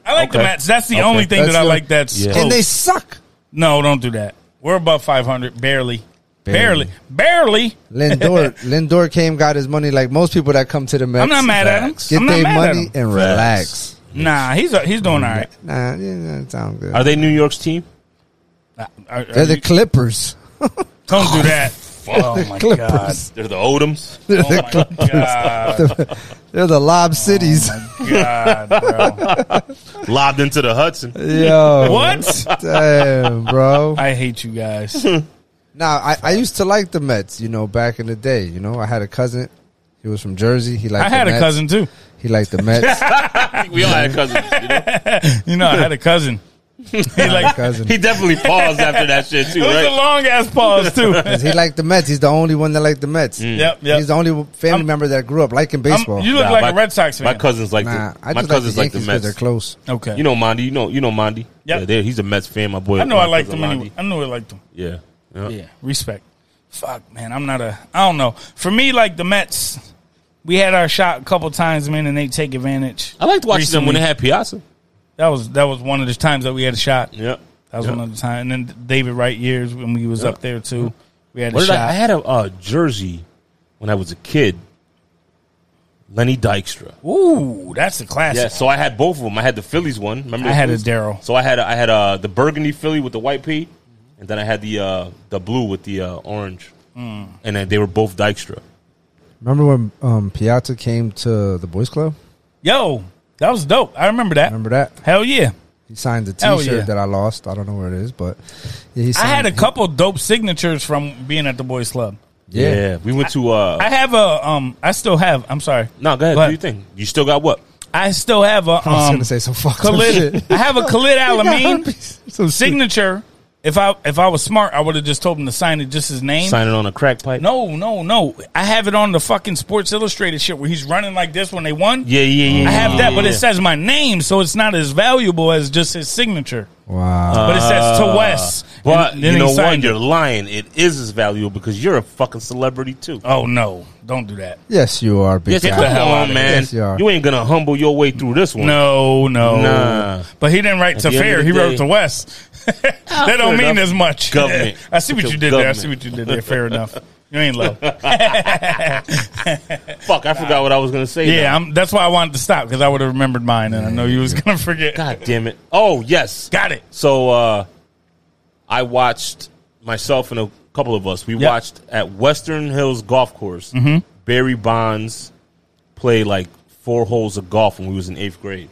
S1: I like the
S3: Okay.
S1: Mets. That's the
S3: Okay.
S1: only thing
S2: That's
S1: that I
S2: the-
S1: like. That's
S3: Yeah.
S1: close.
S2: and they suck.
S1: no, don't do that. We're above five hundred, barely, barely,
S2: Barely.
S1: barely.
S2: Lindor, Lindor came, got his money like most people that come to the Mets.
S1: I'm not mad at him.
S3: Facts.
S2: Get
S1: I'm not
S2: their
S1: mad
S2: money
S1: at him.
S2: and
S3: Facts.
S2: relax.
S1: Nah, he's uh, he's doing all right.
S2: Nah, yeah, that sound good.
S3: Are they New York's team?
S1: Are- are
S2: They're the
S1: you-
S2: Clippers. [laughs]
S1: don't do that. Oh my god.
S2: Clippers.
S3: They're
S2: [laughs]
S3: the Odoms.
S1: Oh my god. Oh
S2: They're the Lob Cities.
S1: God, bro.
S3: Lobbed into the Hudson.
S2: Yo.
S1: What?
S2: Damn, bro.
S1: I hate you guys. All
S2: Now, I, I used to like the Mets, you know, back in the day. You know, I had a cousin. He was from Jersey. He liked
S1: I had
S2: the
S1: a
S2: Mets.
S1: cousin too.
S2: He liked the
S1: [laughs]
S2: Mets.
S3: We all had cousins. You know?
S1: You know, I had a cousin. [laughs] He like
S2: cousin.
S3: He definitely paused after that shit too,
S1: it was a
S3: right?
S1: long ass pause too. [laughs] yep,
S2: 'Cause he liked the Mets. He's the only one that liked the Mets.
S3: Mm.
S1: yep.
S2: He's the only family member that grew up liking
S1: I'm-
S2: baseball.
S1: you look
S3: Nah,
S1: like
S3: my-
S1: a Red Sox
S3: My
S1: fan.
S3: cousins like
S2: nah,
S3: the,
S2: I
S3: my
S2: just like the
S3: cousins like the
S2: Yankees because
S3: Mets.
S2: they're close.
S1: okay,
S3: You know Mondi. You know you know Mondi. Yeah, there- he's a Mets fan. My boy.
S1: I know
S3: my
S1: I liked
S3: cousin
S1: them anyway. I know I liked them.
S3: Yeah. Yeah.
S1: Yeah, respect. Fuck, man, I'm not a. I don't know. For me, like the Mets, we had our shot a couple times, man, and they take advantage.
S3: I liked watching them when they
S1: Recently.
S3: had Piazza.
S1: That was that was one of the times that we had a shot.
S3: Yeah.
S1: That was
S3: Yeah.
S1: one of the times. And then David Wright years when we was up there too. We had a
S3: What did
S1: shot.
S3: I, I had a uh, jersey when I was a kid. Lenny Dykstra.
S1: Ooh, that's a classic.
S3: Yeah, so I had both of them. I had the Phillies one. Remember,
S1: I
S3: the
S1: had a
S3: Phillies?
S1: Darryl.
S3: So I had I had uh, the burgundy Philly with the white paint, and then I had the uh, the blue with the uh, orange,
S1: Hmm.
S3: and then they were both Dykstra.
S2: Remember when um, Piazza came to the Boys Club?
S1: Yo, that was dope. I remember that.
S2: Remember that?
S1: Hell yeah.
S2: He signed the
S1: Hell
S2: T-shirt
S1: yeah.
S2: that I lost. I don't know where it is, but yeah, he
S1: I
S2: signed,
S1: had a couple dope signatures from being at the boys club.
S2: Yeah.
S3: we went to. Uh,
S1: I have a um I still have I'm sorry.
S3: no, go ahead.
S1: Go
S3: Do
S1: ahead.
S3: you think you still got what?
S1: I still have a um
S2: I was gonna say some fucked up
S1: Khalid
S2: [laughs] shit.
S1: I have a
S3: [laughs]
S1: Khalid Alameen
S2: Some shit.
S1: signature. If I if I was smart, I would have just told him to sign it just his name.
S3: Signing on a crack pipe.
S1: No, no, no. I have it on the fucking Sports Illustrated shit where he's running like this when they won.
S3: Yeah, yeah, yeah.
S1: I have
S3: yeah,
S1: that,
S3: yeah,
S1: but
S3: yeah.
S1: it says my name, so it's not as valuable as just his signature.
S2: Wow.
S1: But it says to
S3: Uh,
S1: Wes.
S3: But
S1: and then
S3: you
S1: he
S3: know what?
S1: signed
S3: You're
S1: it.
S3: lying. It is as valuable because you're a fucking celebrity too.
S1: Oh no! Don't do that.
S2: yes, you are, big
S3: Yes,
S2: guy.
S3: come
S1: hell out of
S3: on,
S1: it.
S3: man.
S2: Yes, you are.
S3: you ain't gonna humble your way through this one.
S1: No, no.
S3: Nah.
S1: But he didn't write to
S3: the end
S1: Fair.
S3: of
S1: He
S3: the
S1: wrote
S3: day-
S1: to Wes. [laughs] that
S3: fair
S1: don't mean
S3: enough.
S1: as much. [laughs]
S3: Government.
S1: I see what you did there. I
S3: Government.
S1: see what you did there. Fair
S3: [laughs]
S1: enough. You ain't low.
S3: Fuck, I forgot what I was gonna say. now.
S1: Yeah, I'm, that's why I wanted to stop because I would have remembered mine, and I know you was gonna forget.
S3: God damn it. Oh yes.
S1: Got it.
S3: So uh, I watched myself and a couple of us. We
S1: Yep. Mm-hmm.
S3: watched at Western Hills Golf Course. Barry Bonds play like four holes of golf when we was in eighth grade.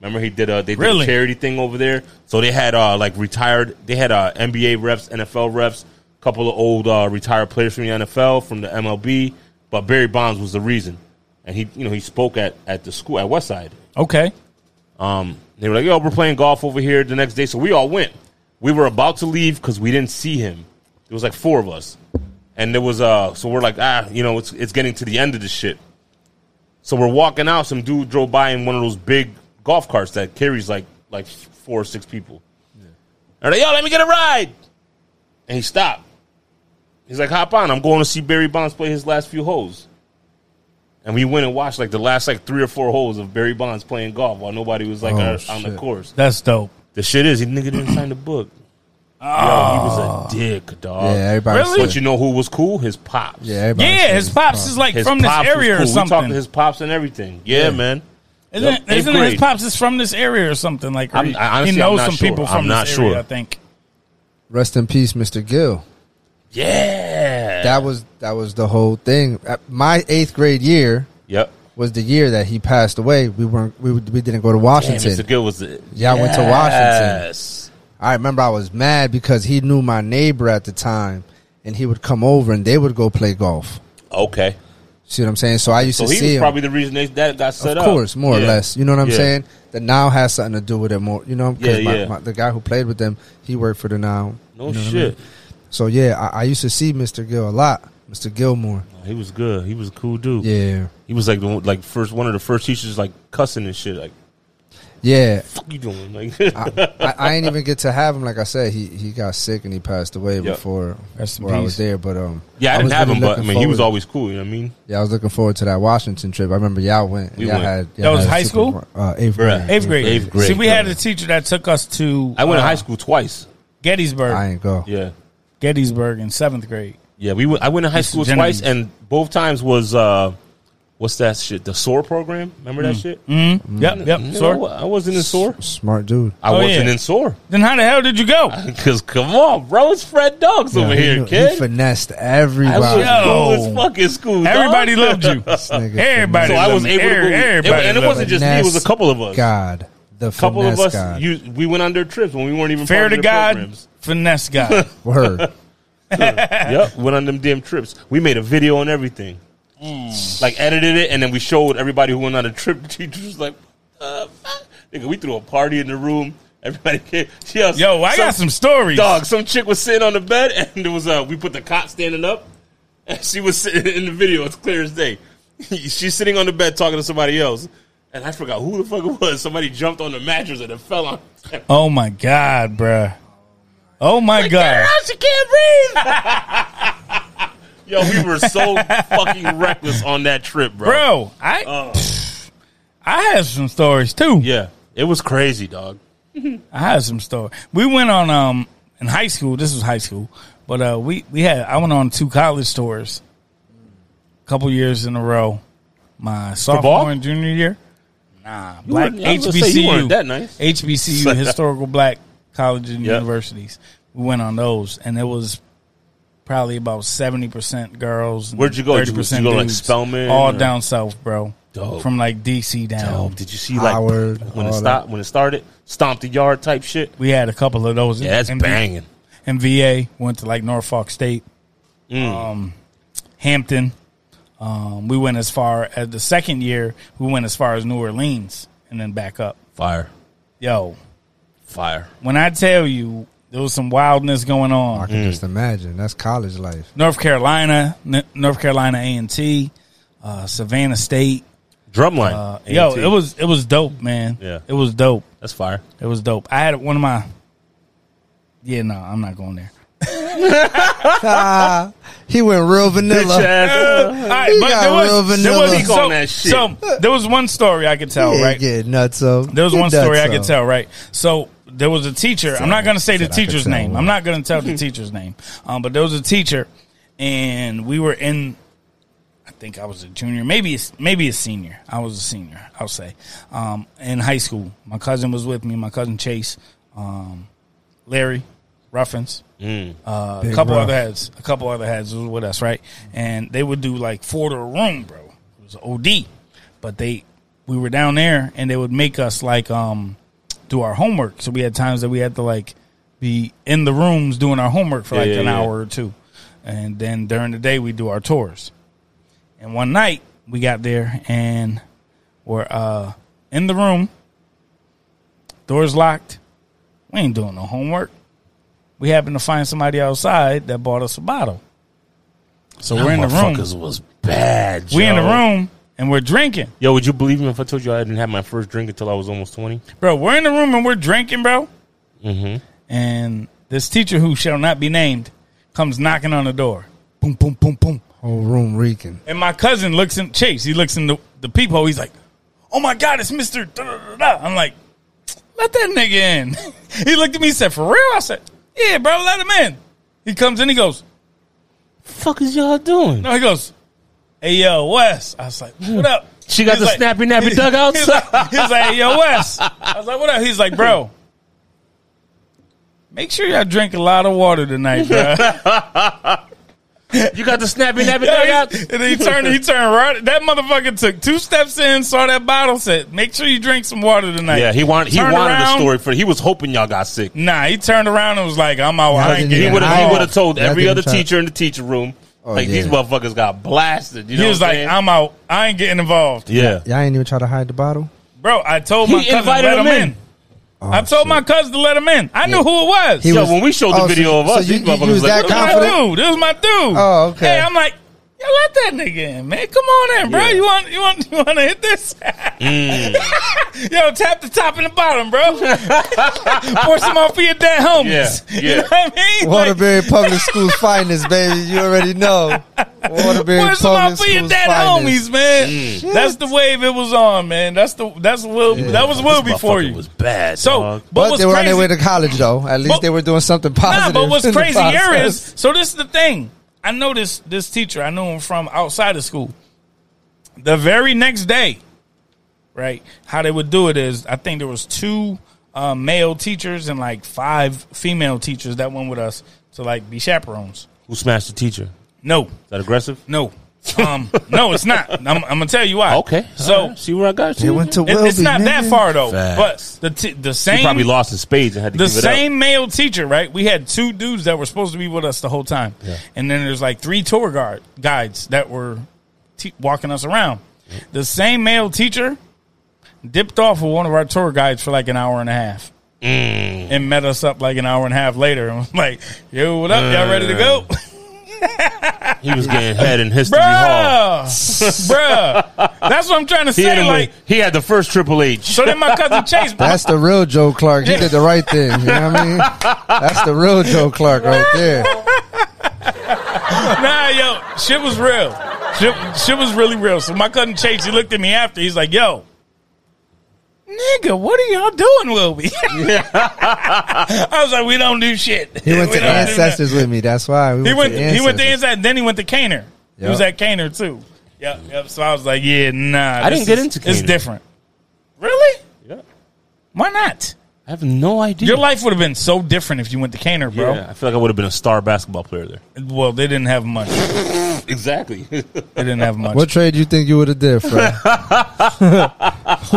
S3: Remember he did a they did
S1: Really?
S3: a charity thing over there. So they had uh like retired. They had uh NBA refs, NFL refs, couple of old uh, retired players from the NFL, from the MLB. But Barry Bonds was the reason, and he you know he spoke at at the school at Westside.
S1: Okay.
S3: Um, they were like, "Yo, we're playing golf over here." The next day, so we all went. We were about to leave because we didn't see him. It was like four of us, and there was uh, so we're like, ah, you know, it's it's getting to the end of this shit. So we're walking out. Some dude drove by in one of those big golf carts that carries like like four or six people. And they're like, "Yo, let me get a ride," and he stopped. He's like, "Hop on! I'm going to see Barry Bonds play his last few holes." And we went and watched like the last like three or four holes of Barry Bonds playing golf while nobody was like
S2: Oh,
S3: uh, on the
S2: shit.
S3: course.
S1: That's dope.
S3: The shit is, he nigga didn't sign the book. Yo, he was a dick,
S2: Ah. yeah,
S3: dog.
S2: everybody.
S1: Really?
S2: said-
S3: But you know who was cool? His pops.
S2: yeah, everybody
S1: Yeah,
S2: said
S1: his
S2: it's
S1: pops
S2: fun.
S1: is like
S3: uh, his
S1: from this
S3: pops was
S1: area
S3: cool.
S1: or
S3: We talked
S1: something.
S3: to his pops and everything. Yeah, man.
S1: Isn't,
S3: Yep.
S1: it,
S3: Eighth
S1: isn't it his
S3: grade.
S1: pops is from this area or something? Like
S3: I'm-
S1: he-
S3: I- honestly,
S1: he
S3: I'm
S1: knows
S3: not
S1: some
S3: sure.
S1: people from
S3: I'm not
S1: this area,
S3: sure.
S1: I think.
S2: Rest in peace, Mr. Gill.
S3: Yeah.
S2: That was that was the whole thing. Uh, My eighth grade year
S3: yep.
S2: was the year that he passed away. We weren't we, we didn't go to
S3: Damn,
S2: Washington.
S3: Mr. Good was it.
S2: Yeah, I went to Washington.
S3: Yes.
S2: I remember I was mad because he knew my neighbor at the time, and he would come over and they would go play golf.
S3: Okay.
S2: See what I'm saying? So I used
S3: So
S2: to
S3: he
S2: see
S3: was
S2: him.
S3: probably the reason they, that got set
S2: of
S3: up.
S2: course, more or
S3: Yeah.
S2: less. You know what I'm
S3: Yeah.
S2: saying? The now has something to do with it more. You know, 'cause
S3: Yeah,
S2: my-
S3: yeah.
S2: my- the guy who played with them, he worked for the now.
S3: No
S2: You know what I
S3: shit.
S2: So yeah, I, I used to see Mr. Gill a lot, Mr. Gilmore.
S3: He was good. He was a cool dude.
S2: Yeah,
S3: He was like the one- like first one of the first teachers like cussing and shit. Like,
S2: yeah.
S3: fuck you doing? Like, [laughs]
S2: I, I ain't even get to have him. Like I said, he he got sick and he passed away before,
S1: Rest in
S2: before I
S1: peace.
S2: was there. But um,
S3: yeah, I, didn't
S2: was
S3: have
S2: really
S3: him, but I
S2: looking
S3: mean, he was
S2: forward-
S3: always cool. You know what I mean?
S2: Yeah, I was looking forward to that Washington trip. I remember y'all went. and
S3: We
S2: y'all
S3: went.
S2: Had,
S1: That
S2: y'all
S1: was
S2: had a
S1: high
S2: super-
S1: school?
S2: Uh, eighth
S3: Bruh.
S2: grade.
S1: Eighth grade.
S3: Eighth grade.
S1: See, we had a teacher that took us to
S3: I went to
S1: uh,
S3: high school twice.
S1: Gettysburg,
S2: I ain't go.
S3: Yeah.
S1: Gettysburg in seventh grade.
S3: Yeah, we went, I went to high
S1: Mr.
S3: school
S1: Genovese.
S3: twice, and both times was uh, what's that shit? The SOAR program. Remember that shit? Mm.
S1: Yep, yep. Sorry.
S3: I wasn't in SOAR.
S2: Smart dude.
S3: I
S1: Oh,
S3: wasn't
S1: yeah.
S3: in SOAR. [laughs]
S1: Then how the hell did you go?
S3: Because come on, bro, it's Fred Dogs over
S2: Yeah, he
S3: here,
S2: knew-
S3: kid.
S2: He finessed
S3: I was
S2: everybody.
S1: Yo.
S3: cool as fucking school. dog.
S1: Everybody loved
S3: [laughs]
S1: you.
S2: nigga
S1: Everybody.
S3: So I was able to.
S1: everybody,
S3: Go, it,
S1: everybody.
S3: and it wasn't just me. It was a
S2: Finesse
S3: couple of us.
S2: God, the
S3: A couple of
S2: finesse
S3: us.
S2: God.
S3: You, we went on their trips when we weren't even
S1: fair
S3: part
S1: to
S3: of their
S1: God,
S3: Programs.
S1: finesse
S3: [laughs]
S1: guy.
S2: Word.
S3: yep, went on them damn trips. We made a video and everything,
S1: Mm.
S3: like edited it, and then we showed everybody who went on a trip. [laughs] The teacher was like, uh, fuck. "Nigga, we threw a party in the room. Everybody [laughs] came." Yo,
S1: Yo, I got some stories.
S3: [laughs] dog. Some chick was sitting on the bed, [laughs] and there was uh, we put the cot standing up, [laughs] and she was sitting in the video. It's clear as day. [laughs] She's sitting on the bed talking to somebody else, and I forgot who the fuck it was. Somebody jumped on the mattress and it fell on.
S1: Oh my god, bruh. Oh my god.
S3: she can't breathe. [laughs] Yo, we were so fucking reckless on that trip, bro.
S1: Bro, I I had some stories too.
S3: Yeah, it was crazy, dog.
S1: I had some stories. We went on um in high school, this was high school, but uh we we had I went on two college tours a couple years in a row. My sophomore and junior year. Nah, black
S3: weren't- I was gonna say, you weren't
S1: HBCU.
S3: that [laughs] nice.
S1: HBCU historical black colleges and
S3: Yep.
S1: universities. We went on those and it was probably about seventy percent girls. and
S3: Where'd you go? Did you-
S1: 30%
S3: did you go, like,
S1: dudes.
S3: Spelman
S1: All
S3: or-
S1: down south, bro.
S3: Dope.
S1: From like DC down.
S3: Oh, did you see like
S2: Howard,
S3: when it
S2: all
S3: stopped? When it started, stomp the yard type shit.
S1: We had a couple of those.
S3: Yeah, that's
S1: in-
S3: banging.
S1: in VA. Went to like Norfolk State, um, Hampton. Um, we went as far as the second year. We went as far as New Orleans and then back up.
S3: Fire,
S1: Yo,
S3: fire.
S1: when I tell you there was some wildness going on.
S2: I
S3: Mm.
S2: can just imagine. That's college life.
S1: North Carolina, N- North Carolina A and T, uh, Savannah State.
S3: Drumline.
S1: Uh, yo, it was it was dope, man.
S3: Yeah.
S1: it was dope.
S3: that's fire.
S1: It was dope. I had one of my. Yeah, no, I'm not going there.
S2: Ah, he went real vanilla.
S1: All right,
S2: He
S1: but
S2: got
S1: there
S2: real
S1: was, there
S2: vanilla.
S1: was
S3: Speak on
S1: so,
S3: that shit.
S1: so there was one story I could tell,
S2: Yeah,
S1: right?
S2: yeah, nuts up.
S1: There was
S2: Get
S1: one story I
S2: nutso.
S1: could tell, right? So there was a teacher. I'm not going to say the
S2: Said I could
S1: teacher's
S2: tell.
S1: name. I'm not going to tell [laughs] the teacher's name. Um, but there was a teacher, and we were in. I think I was a junior, maybe a- maybe a senior. I was a senior, I'll say, um, in high school. My cousin was with me. My cousin Chase, um, Larry, Ruffins,
S3: Mm.
S1: uh, a
S2: Big
S1: couple
S2: Ruff.
S1: other heads, a couple other heads was with us, right? And they would do like four to a room, bro. It was OD, but they we were down there and they would make us like um do our homework. So we had times that we had to like be in the rooms doing our homework for like
S3: yeah,
S1: an
S3: yeah.
S1: hour or two, and then during the day we do our tours. And one night we got there and we're uh, in the room. Doors locked. We ain't doing no homework. We happened to find somebody outside that bought us a bottle. So [laughs] we're in the room.
S3: was bad.
S1: We in the
S3: yo.
S1: room and we're drinking.
S3: Yo, would you believe me if I told you I didn't have my first drink until I was almost twenty?
S1: Bro, we're in the room and we're drinking, bro. Mm-hmm. And this teacher who shall not be named comes knocking on the door. Boom, boom, boom, boom.
S2: Whole Oh, room reeking.
S1: And my cousin looks in Chase. He looks in the, the peephole. He's like, "Oh my god, it's Mister." I'm like, "Let that nigga in." [laughs] he looked at me. He said, "For real?" I said, "Yeah, bro, let him in." He comes in. He goes,
S3: Fuck is y'all doing?
S1: [laughs] "No." He goes, "Hey yo, Wes." I was like, "What up?"
S3: She got
S1: He's
S3: the
S1: like-
S3: snappy nappy dugouts.
S1: He was, like, he was like, "Hey yo, Wes." I was like, "What up?" He's like, "Bro." Make sure y'all drink a lot of water
S3: [laughs]
S1: tonight, bro. [laughs]
S3: You got the snappy nappy
S1: and
S3: dugouts.
S1: then he turned. He turned right. That motherfucker took two steps in, saw that bottle, said, "Make sure you drink some water tonight."
S3: Yeah, he wanted he
S1: Turned
S3: wanted
S1: around.
S3: the story for. He was hoping y'all got sick.
S1: Nah, he turned around and was like, "I'm out." I ain't
S2: didn't
S3: He
S1: getting
S3: would have
S1: involved."
S3: he would have told
S2: Y'all
S3: every
S2: didn't
S3: other
S2: try-
S3: teacher in the teacher room like
S2: yeah.
S3: these motherfuckers got blasted. You know
S1: Oh, He was
S3: what
S1: like,
S3: saying?
S1: "I'm out. I ain't getting involved,
S3: yeah.
S2: Y'all ain't even try to hide the bottle.
S1: bro." I told
S3: He
S1: my cousin to
S3: invited
S1: let him
S3: him
S1: in.
S3: in.
S1: I told my cousin to let him in. I knew who it was.
S2: Oh, He
S3: Yo,
S2: was-
S3: when we showed
S2: oh,
S3: the
S2: so-
S3: video of
S2: so
S3: us,
S2: you-
S3: these
S2: you- you
S3: motherfuckers
S2: was
S3: like,
S1: this was
S2: that
S3: "Look,
S1: my
S2: confident?
S1: dude. This was my dude.
S2: Oh, okay.
S1: Hey, I'm like, yeah, let that nigga in, man. Come on in, bro.
S3: Yeah.
S1: You want you want you want to hit this?
S2: Mm.
S1: [laughs] Yo, tap the top and the bottom, bro. [laughs] Pour some out for your dead homies. [laughs]
S3: Yeah,
S1: You
S3: yeah.
S1: know what I mean? Like,
S2: Waterbury Public School's finest, baby. You already know. Waterbury
S1: Pour
S2: Public
S1: some out
S2: School's
S1: for your dead
S2: finest.
S1: homies, man.
S2: Mm.
S1: That's the wave it was on, man. That's the that's will that was will
S3: this
S1: before
S3: motherfucker
S1: you.
S3: was bad.
S1: so,
S3: dog.
S1: but,
S2: But
S1: what's
S2: they were on
S1: crazy,
S2: their way to college, though. At least
S1: But-
S2: they were doing something
S1: Nah,
S2: positive.
S1: but what's
S2: in the
S1: crazy here
S2: process.
S1: is so this is the thing. I know this this teacher. I knew him from outside of school. the very next day, right? How they would do it is, I think there was two uh, male teachers and like five female teachers that went with us to like be chaperones.
S3: Who smashed the teacher? Is
S1: No,
S3: that aggressive?
S1: no, um, no, it's not. I'm, I'm gonna tell you why.
S3: Okay.
S1: so
S3: All right. see where I got you.
S2: They went to
S1: it-
S2: Wilby.
S1: it's not that
S2: nigga.
S1: far though.
S3: Facts.
S1: But the t- the
S3: He
S1: same
S3: probably lost his spades and had to
S1: the
S3: give it
S1: same
S3: up.
S1: male teacher, right? We had two dudes that were supposed to be with us the whole time, and then there's like three tour guard guides that were te- walking us around. The same male teacher dipped off with one of our tour guides for like an hour and a half,
S3: Mm.
S1: and met us up like an hour and a half later, [laughs] and was like, "Yo, what up? Y'all ready to go?"
S3: Uh, He was getting head in history
S1: [laughs]
S3: hall.
S1: Bruh, bruh, that's what I'm trying to
S3: He had,
S1: say.
S3: him
S1: Like,
S3: with- he had the first Triple H.
S1: so then my cousin Chase,
S3: [laughs]
S2: That's the real Joe Clark. He did the right thing. You know what I mean? That's the real Joe Clark right there.
S1: nah, yo, shit was real. Shit, shit was really real. So my cousin Chase, he looked at me after. He's like, yo, nigga, what are y'all doing, Wilby? [laughs] I was like, we don't do shit.
S2: He went
S1: We
S2: to
S1: don't do nothing."
S2: ancestors with me. That's why we
S1: He went,
S2: To
S1: he went to
S2: Ancestors.
S1: Inside, then he went to Caner. He
S2: Yep.
S1: was at Caner, too. Yep, yep. So I was like, yeah, nah.
S3: I
S1: this
S3: didn't get
S1: is-
S3: into
S1: It's
S3: Caner.
S1: different. Really?
S3: Yeah.
S1: Why not?
S3: I have no idea.
S1: Your life would have been so different if you went to Caner, bro.
S3: Yeah, I feel like I would have been a star basketball player there.
S1: Well, they didn't have much. They
S3: Exactly.
S1: didn't have much.
S2: What trade you think you would have did, Fred?
S1: Yo,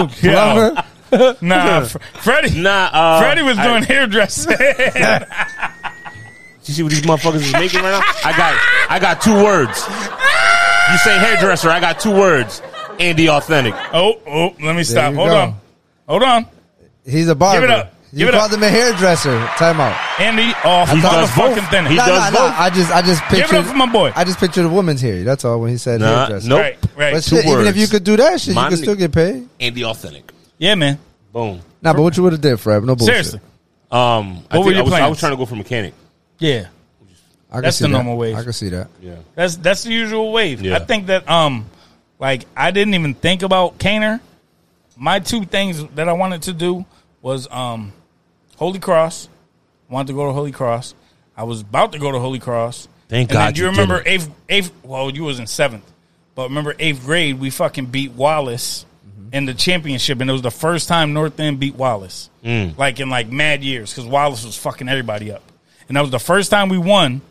S3: [laughs]
S2: Plumber?
S1: Nah, Fr- Freddie.
S3: [laughs] nah, uh,
S1: Freddie was doing
S3: I,
S1: hairdressing.
S3: You see what these motherfuckers is making right now? I got, I got two words. You say hairdresser. I got two words. Andy authentic.
S1: [laughs] oh, oh, let me stop.
S2: you
S1: Hold
S2: go.
S1: on. Hold on.
S2: He's a barber.
S1: up.
S2: You
S1: Give it
S2: called
S1: up.
S2: him a hairdresser. Time out.
S1: Andy oh, off
S3: He
S1: the
S3: does both.
S1: fucking thing.
S3: He
S2: No,
S3: does
S2: no, no.
S3: both.
S2: I just, I just
S1: Give
S2: pictured.
S1: it up for my boy.
S2: I just pictured a woman's hair. That's all when he said
S3: Nah,
S2: hairdresser.
S3: nope.
S1: Right, right.
S2: But
S3: Two
S2: shit, even
S3: words.
S2: if you could do that shit,
S3: My
S2: you could still
S3: nigga.
S2: get paid.
S3: Andy authentic.
S1: yeah, man.
S3: Boom.
S2: Nah, but what you would have did, Fred? No bullshit.
S1: Seriously.
S3: Um,
S1: What
S3: I, think
S1: were your
S3: I, was, I
S1: plans?
S3: was trying to go for mechanic.
S1: Yeah.
S2: I can
S1: That's
S2: see
S1: the
S2: that.
S1: normal wave.
S2: I can see that.
S3: Yeah.
S1: That's that's the usual wave.
S3: Yeah.
S1: I think that um like I didn't even think about Caner. My two things that I wanted to do was um Holy Cross. Wanted to go to Holy Cross. I was about to go to Holy Cross.
S3: Thank
S1: and then
S3: God
S1: do you
S3: you
S1: remember
S3: didn't.
S1: eighth eighth well, you was in seventh. But remember eighth grade we fucking beat Wallace in the championship and it was the first time North End beat Wallace.
S3: Mm.
S1: Like in like mad years, because Wallace was fucking everybody up. And that was the first time we won.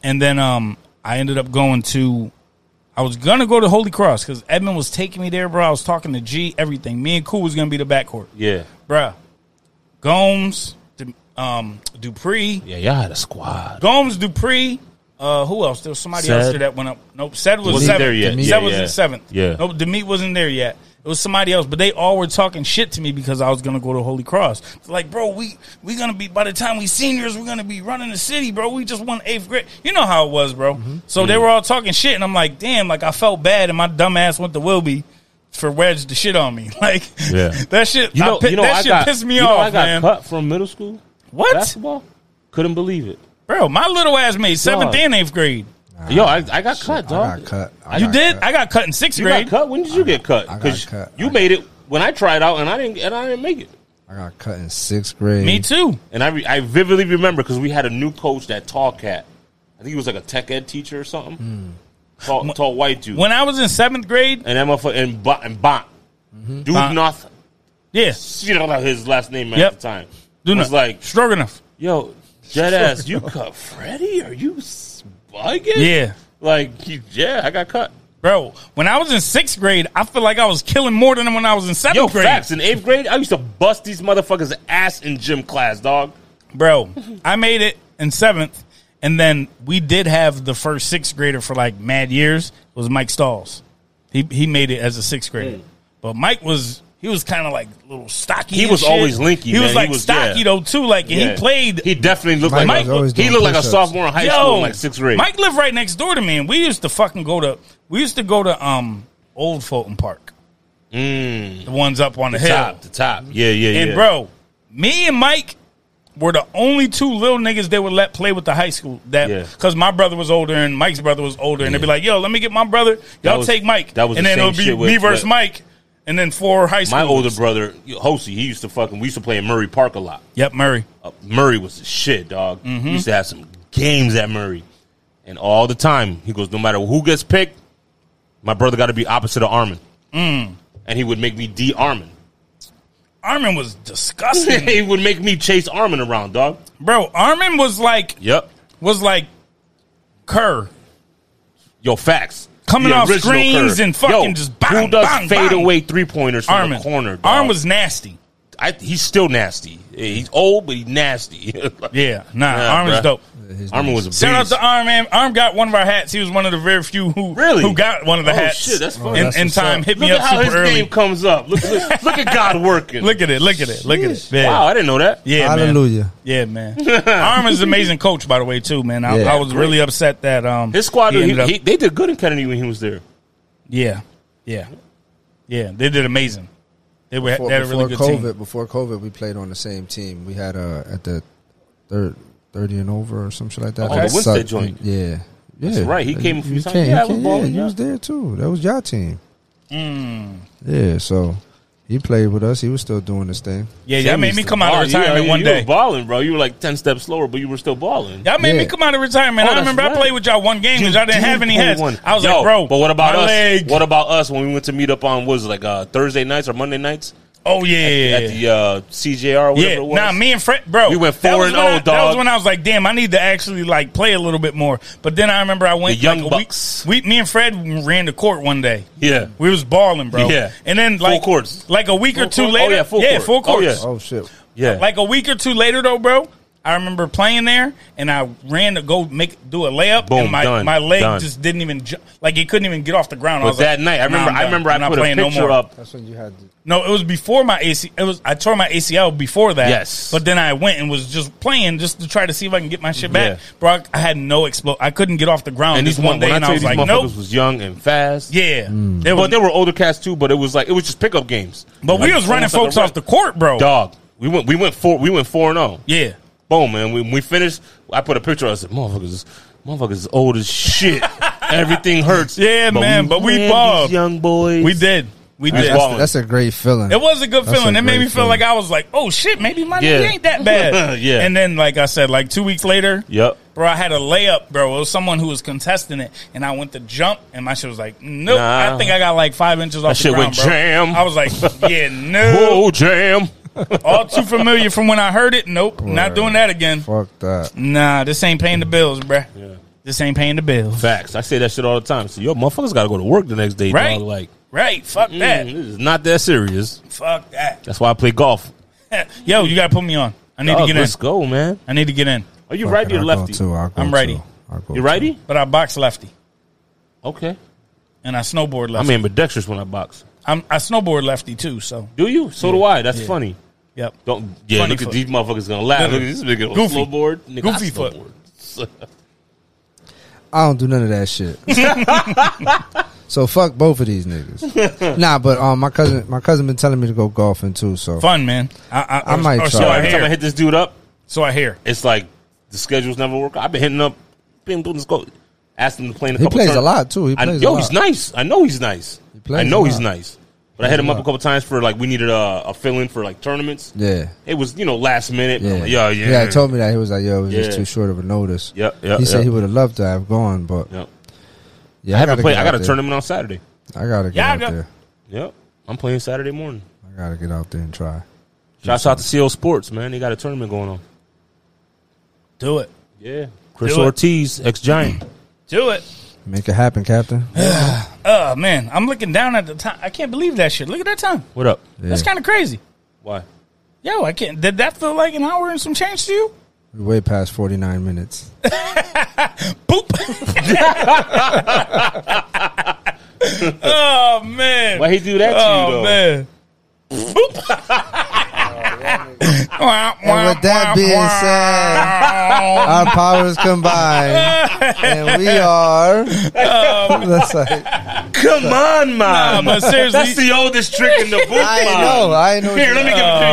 S1: And then um, I ended up going to, I was gonna go to Holy Cross because Edmund was taking me there, bro. I was talking to G, everything. Me and Cool was gonna be the backcourt,
S3: Yeah.
S1: Bruh. Gomes, D- um, Dupree,
S3: Yeah. Y'all had a squad.
S1: Gomes, Dupree. Uh, who else? There was somebody
S3: Said.
S1: else there that went up. Nope, Sed was
S3: Wasn't
S1: seventh.
S3: there yet.
S1: Sed
S3: Yeah,
S1: was
S3: yeah.
S1: in seventh.
S3: Yeah.
S1: nope, Demeet wasn't there yet. It was somebody else, but they all were talking shit to me because I was gonna go to Holy Cross. It's like, bro, we we gonna be by the time we seniors, we're gonna be running the city, bro. We just won eighth grade. You know how it was, bro.
S3: Mm-hmm.
S1: So they were all talking shit, and I'm like, damn, like I felt bad, and my dumb ass went to Wilby for wedge the shit on me. [laughs] Like,
S3: Yeah.
S1: that shit,
S3: You know,
S1: I pi-
S3: you know,
S1: that
S3: I
S1: shit
S3: got,
S1: pissed me
S3: you know
S1: off,
S3: I got
S1: man.
S3: cut from middle school.
S1: What?
S3: Basketball. Couldn't believe it.
S1: Bro, my little ass made seventh
S3: Dog.
S1: and eighth grade.
S3: Yo, I, I got cut,
S2: I
S3: dog.
S2: got cut. I
S1: You
S2: got
S1: did?
S2: cut.
S1: I got cut in sixth
S3: You
S1: grade.
S3: got cut. When did you get cut?
S2: I got
S3: 'Cause
S2: cut.
S3: You
S2: I-
S3: made it when I tried out, and I didn't. And I didn't make it.
S2: I got cut in sixth grade.
S1: Me too.
S3: And I, re- I vividly remember because we had a new coach, that tall cat. I think he was like a tech ed teacher or something. Tall, tall white dude.
S1: Hmm. When I was in seventh grade,
S3: and that motherfucker and Bo- and Bont. Dude,
S1: Bont.
S3: nothing.
S1: yeah,
S3: Shit out his last name at
S1: Yep.
S3: the time.
S1: do
S3: I was
S1: not
S3: like,
S1: strong enough.
S3: yo, dead
S1: [laughs]
S3: ass, you cut Freddie? Are you s- bugging?
S1: Yeah,
S3: Like, you- yeah, I got cut.
S1: bro. When I was in sixth grade, I feel like I was killing more than when I was in seventh
S3: Yo,
S1: grade,
S3: facts. In eighth grade, I used to bust these motherfuckers' ass in gym class, dog.
S1: bro. I made it in seventh, and then we did have the first sixth grader for like mad years. It was Mike Stalls. He he made it as a sixth grader, but Mike was. He was kind of like a little stocky.
S3: He
S1: and
S3: was
S1: shit.
S3: always lanky,
S1: He
S3: man.
S1: was
S3: He
S1: like
S3: was-
S1: stocky
S3: yeah.
S1: though too. Like and
S3: Yeah.
S1: he played.
S3: He definitely looked
S2: Mike
S3: like
S2: was always
S3: he
S2: doing
S3: looked like a
S2: push-ups.
S3: sophomore in high school, in like sixth grade.
S1: Mike lived right next door to me, and we used to fucking go to we used to go to um Old Fulton Park, mm. the ones up on the, hill.
S3: top, the top. Yeah, yeah, yeah.
S1: And bro, me and Mike were the only two little niggas they would let play with the high school that
S3: Yeah.
S1: because my brother was older and Mike's brother was older, and they'd be like, "Yo, let me get my brother. Y'all
S3: was-
S1: take Mike."
S3: that was
S1: and
S3: the
S1: then
S3: same
S1: it'll be
S3: shit with-
S1: me versus
S3: with-
S1: Mike, and then four high school.
S3: My older brother, Hosey, he used to fucking. We used to play in Murray Park a lot.
S1: Yep, Murray.
S3: Uh, Murray was the shit, dog.
S1: Mm-hmm.
S3: We used to have some games at Murray, and all the time he goes, no matter who gets picked, My brother got to be opposite of Armin,
S1: Mm.
S3: and he would make me
S1: [laughs]
S3: de Armin.
S1: Armin was disgusting,
S3: [laughs] he would make me chase Armin around, dog.
S1: bro. Armin was like
S3: Yep.
S1: was like Kerr
S3: Yo, facts.
S1: Coming
S3: The
S1: off
S3: original
S1: screens
S3: Kerr.
S1: and fucking
S3: Yo,
S1: just bang,
S3: Who does
S1: bang,
S3: fade
S1: bang.
S3: away three pointers from
S1: Armin.
S3: the corner? Dog?
S1: Armin was nasty.
S3: I, he's still nasty. He's old, but he's nasty.
S1: [laughs] Yeah, nah,
S3: Yeah,
S1: Armin's
S3: bruh.
S1: dope.
S3: Armin was a beast.
S1: Shout out to Arm man. Arm got one of our hats. He was one of the very few who
S3: Really?
S1: who got one of the
S3: Oh,
S1: hats.
S3: shit, that's fun.
S1: In,
S2: That's
S1: in
S2: what's
S1: time,
S2: up.
S1: hit me
S3: look at
S1: up
S3: how his
S1: super early.
S3: name comes up. Look,
S1: [laughs]
S3: look, look at God working.
S1: Look at it. Look at it. Look at it.
S2: Sheesh.
S1: Yeah.
S3: wow, I didn't know that.
S1: Yeah,
S2: Hallelujah.
S1: Man.
S3: [laughs]
S1: Yeah, man. Arm is an amazing coach, by the way, too, man. I,
S2: Yeah.
S1: I was really upset that um
S3: His squad,
S1: he
S3: he-
S1: ended up-
S3: he- they did good in Kennedy when he was there.
S1: yeah, yeah, yeah. They did amazing. They were
S2: Before,
S1: they had a
S2: before
S1: really good
S2: COVID,
S1: team.
S2: before COVID, we played on the same team. We had uh, at the third, thirty and over or some shit like that.
S3: Oh,
S2: It
S3: the Winstead
S2: sucked.
S3: joint.
S2: Yeah, yeah.
S3: right. He came a few
S2: You
S3: times.
S2: came,
S3: Yeah, I
S2: you
S3: was
S2: came,
S3: balling,
S2: yeah, he
S3: yeah. Mm.
S2: was there too. That was your team. Yeah, so he played with us. He was still doing this thing.
S1: Yeah, y'all made me come out of
S3: Ball- Oh, yeah,
S1: retirement
S3: you,
S1: one
S3: you
S1: day.
S3: were balling, bro. You were like ten steps slower, but you were still balling.
S1: Y'all made me
S2: Yeah.
S1: come out of retirement.
S3: Oh,
S1: I
S3: that's
S1: remember I
S3: right. oh,
S1: played with y'all one game because y'all didn't have any heads.
S3: One.
S1: I was
S3: Yo,
S1: like, bro,
S3: But what about
S1: my
S3: us?
S1: leg-
S3: What about us when we went to meet up on what was it, like uh, Thursday nights or Monday nights
S1: Oh yeah,
S3: at the uh, CJR? Or whatever
S1: yeah.
S3: it was.
S1: Nah, me and Fred, bro,
S3: We went
S1: that
S3: four
S1: was
S3: and
S1: when
S3: oh,
S1: I- That was
S3: dog.
S1: when I was like, damn, I need to actually like play a little bit more. But then I remember I went
S3: The Young
S1: like,
S3: Bucks.
S1: A week, we, me and Fred ran the court one day.
S3: Yeah.
S1: we was balling, bro.
S3: Yeah.
S1: and then like
S3: courts.
S1: like a week or
S3: Full
S1: two
S3: court? Oh,
S1: later,
S3: yeah, full court.
S1: full
S3: Oh,
S1: courts.
S3: yeah.
S2: Oh shit!
S3: yeah,
S1: Like a week or two later, though, bro. I remember playing there, and I ran to go make do a layup,
S3: Boom,
S1: and my,
S3: done,
S1: my leg
S3: done.
S1: just didn't even ju- like it couldn't even get off the ground. I
S3: But
S1: was
S3: that
S1: like,
S3: night, I
S1: nah,
S3: remember.
S1: I'm
S3: I
S1: done.
S3: remember
S1: I'm
S3: I
S1: not
S3: put a
S1: playing no
S3: picture
S1: more.
S3: up.
S2: That's when you had. The,
S1: No, it was before my AC. It was I tore my ACL before that.
S3: Yes.
S1: but then I went and was just playing just to try to see if I can get my shit back.
S3: Yeah.
S1: Bro, I, I had no explode. I couldn't get off the ground.
S3: And
S1: this
S3: these
S1: one day,
S3: when
S1: and
S3: I,
S1: I
S3: tell you
S1: was like,
S3: these motherfuckers
S1: nope.
S3: was young and fast.
S1: Yeah, they were,
S3: but they were older cats too. But it was like it was just pickup games.
S1: but we
S3: Like,
S1: was running
S3: almost like a
S1: folks
S3: run-
S1: off the court, bro.
S3: dog. We went. We went four. We went four and zero.
S1: Yeah,
S3: Boom, man. When we finished, I put a picture. I said, "Motherfuckers, motherfuckers, is old as
S1: [laughs]
S3: shit. Everything hurts."
S1: Yeah, man, but we
S3: ran these
S1: balled.
S3: young boys.
S1: we did. We
S3: That's
S1: did.
S3: wild.
S2: that's a great feeling.
S1: It was a good
S2: That's
S1: feeling.
S2: a
S1: it made
S2: great
S1: me feel
S2: feeling.
S1: like I was like, oh shit, maybe my
S3: Yeah.
S1: knee ain't that bad.
S3: [laughs] Yeah.
S1: And then, like I said, like two weeks later,
S3: Yep.
S1: bro, I had a layup, bro. It was someone who was contesting it, and I went to jump, and my shit was like, nope.
S3: Nah.
S1: I think I got like five inches off the
S3: shit
S1: ground,
S3: went
S1: bro.
S3: jam.
S1: I was
S3: [laughs]
S1: like, yeah, no.
S3: Oh, jam.
S1: All too familiar from when I heard it. Nope, not
S2: Word.
S1: doing that again.
S2: Fuck that.
S1: Nah, this ain't paying the bills, bro. This ain't paying the bills.
S3: Facts. I say that shit all the time. So yo, motherfuckers got to go to work the next day.
S1: Right.
S3: Dog. Like
S1: Right? Fuck
S3: mm,
S1: that.
S3: this is not that serious.
S1: Fuck that. [laughs]
S3: That's why I play golf.
S1: Yo, you gotta put me on. I need
S3: Dog,
S1: to get in.
S3: let's go, man.
S1: I need to get in.
S3: Are you righty or
S2: Fucking, I'll go
S3: lefty?
S2: too, I'll go
S1: I'm
S2: too.
S1: righty.
S2: I'll go
S3: You
S2: too.
S3: righty?
S1: But I box lefty
S3: Okay.
S1: and I snowboard lefty.
S3: I'm ambidextrous when I box.
S1: I'm, I snowboard lefty too, so
S3: Do you? So do I. That's funny.
S1: yep.
S3: Don't. Yeah,
S1: Funny
S3: look at
S1: foot.
S3: these motherfuckers gonna laugh. Look at this nigga
S1: Goofy.
S3: slow board. Nigga,
S1: Goofy
S3: I
S1: foot.
S3: snowboard.
S2: I don't do none of that
S3: [laughs]
S2: shit. so fuck both of these niggas.
S3: [laughs]
S2: nah, but um, my cousin, my cousin been telling me to go golfing too. So
S1: Fun man. I, I,
S2: I
S1: or-
S2: might
S1: or
S2: try.
S1: So I
S3: Every time I
S1: hear.
S3: hit this dude up,
S1: So I hear.
S3: it's like the schedules never work. out. I've been hitting up, been doing this go, asking him to play in a
S2: He
S3: couple.
S2: plays
S3: turn-
S2: a lot, too. He
S3: I,
S2: plays a
S3: yo,
S2: lot.
S3: he's nice. I know he's nice.
S2: plays
S3: I know
S2: a
S3: he's
S2: lot.
S3: nice. But I hit him
S2: a
S3: up a
S2: lot.
S3: couple times for like we needed a, a fill in for like tournaments.
S2: yeah,
S3: It was you know last minute.
S2: yeah,
S3: Yeah, Oh, yeah, yeah.
S2: He told me that he was like, "Yo, it was
S3: Yeah.
S2: just too short of a notice."
S3: Yep, yep,
S2: He said
S3: yep.
S2: he would have loved to have gone, but
S3: Yep.
S2: yeah,
S3: I haven't
S2: gotta
S3: played.
S2: get
S3: I
S2: out
S3: got a
S2: there.
S3: tournament on Saturday.
S2: I gotta get
S1: Yeah, I
S2: out
S1: got-
S2: there.
S3: Yep, I'm playing Saturday morning.
S2: I gotta get out there and try.
S3: Shouts out to CO Sports, man. They got a tournament going on.
S1: Do it.
S3: Yeah, Chris
S1: Do it.
S3: Ortiz, ex Giant.
S1: Do it.
S2: Make it happen, Captain.
S1: Oh man, I'm looking down at the time. I can't believe that shit. Look at that time.
S3: What up?
S1: That's kind of crazy.
S3: Why?
S1: Yo, I can't. Did that feel like an hour and some change to you?
S2: We're way past forty nine minutes.
S1: Boop. [laughs] oh man.
S3: Why he do that to you
S1: Oh
S3: though?
S1: man.
S3: [laughs]
S1: Boop.
S2: And with that being said, our powers
S3: [laughs]
S2: combined, and we are. [laughs]
S3: Um,
S2: That's like-
S3: Come on, man.
S1: but seriously-
S3: that's the oldest trick
S1: [laughs]
S3: in the book.
S2: I
S3: man.
S2: know. I know.
S3: Here, let me give it to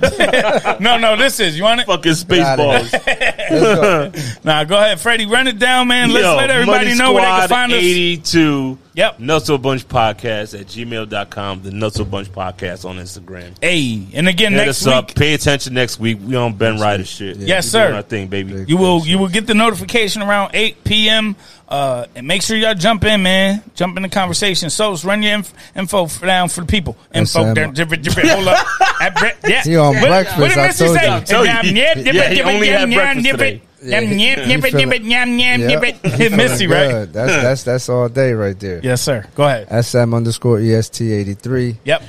S1: Oh,
S3: Back.
S1: shit. [laughs] no, no, this is. You want it? [laughs]
S3: Fucking Spaceballs.
S2: Let's go.
S1: Nah, go ahead, Freddie. Run it down, man. Let's
S3: Yo,
S1: let everybody
S3: Money
S1: know where they can
S3: Squad
S1: find us.
S3: 82
S1: Yep.
S3: Nutso Bunch Podcast at gmail.com. The Nutso Bunch Podcast on Instagram.
S1: Hey, and again
S3: Hit
S1: next
S3: us
S1: week.
S3: up. Pay attention next week. We on Ben Ryder shit.
S1: Yes,
S3: We
S1: sir.
S3: Doing our thing, baby.
S1: You will you will get the notification around eight p.m. Uh, and make sure y'all jump in, man. Jump in the conversation. So run your inf- info f- down for the people.
S2: Yes,
S1: Info
S2: I'm-
S1: down. Jip, jip, jip, hold
S2: [laughs]
S1: up. At bre- yeah.
S2: He on
S1: What-
S2: breakfast,
S1: What did
S2: I
S1: Missy
S2: told
S1: say?
S2: you. I
S3: told you.
S1: Yam, yep, yip,
S3: Yeah, he
S1: yip,
S3: only
S1: yam, yam,
S3: had breakfast
S1: yep,
S3: today.
S1: Yam, yep,
S2: He
S1: yip,
S2: feeling-
S1: yip, yam, yam,
S2: Yep.
S1: yip, yip. Missy, right?
S2: Good. That's that's that's all day right there.
S1: Yes, sir. Go ahead.
S2: SM underscore E EST eighty three.
S1: Yep.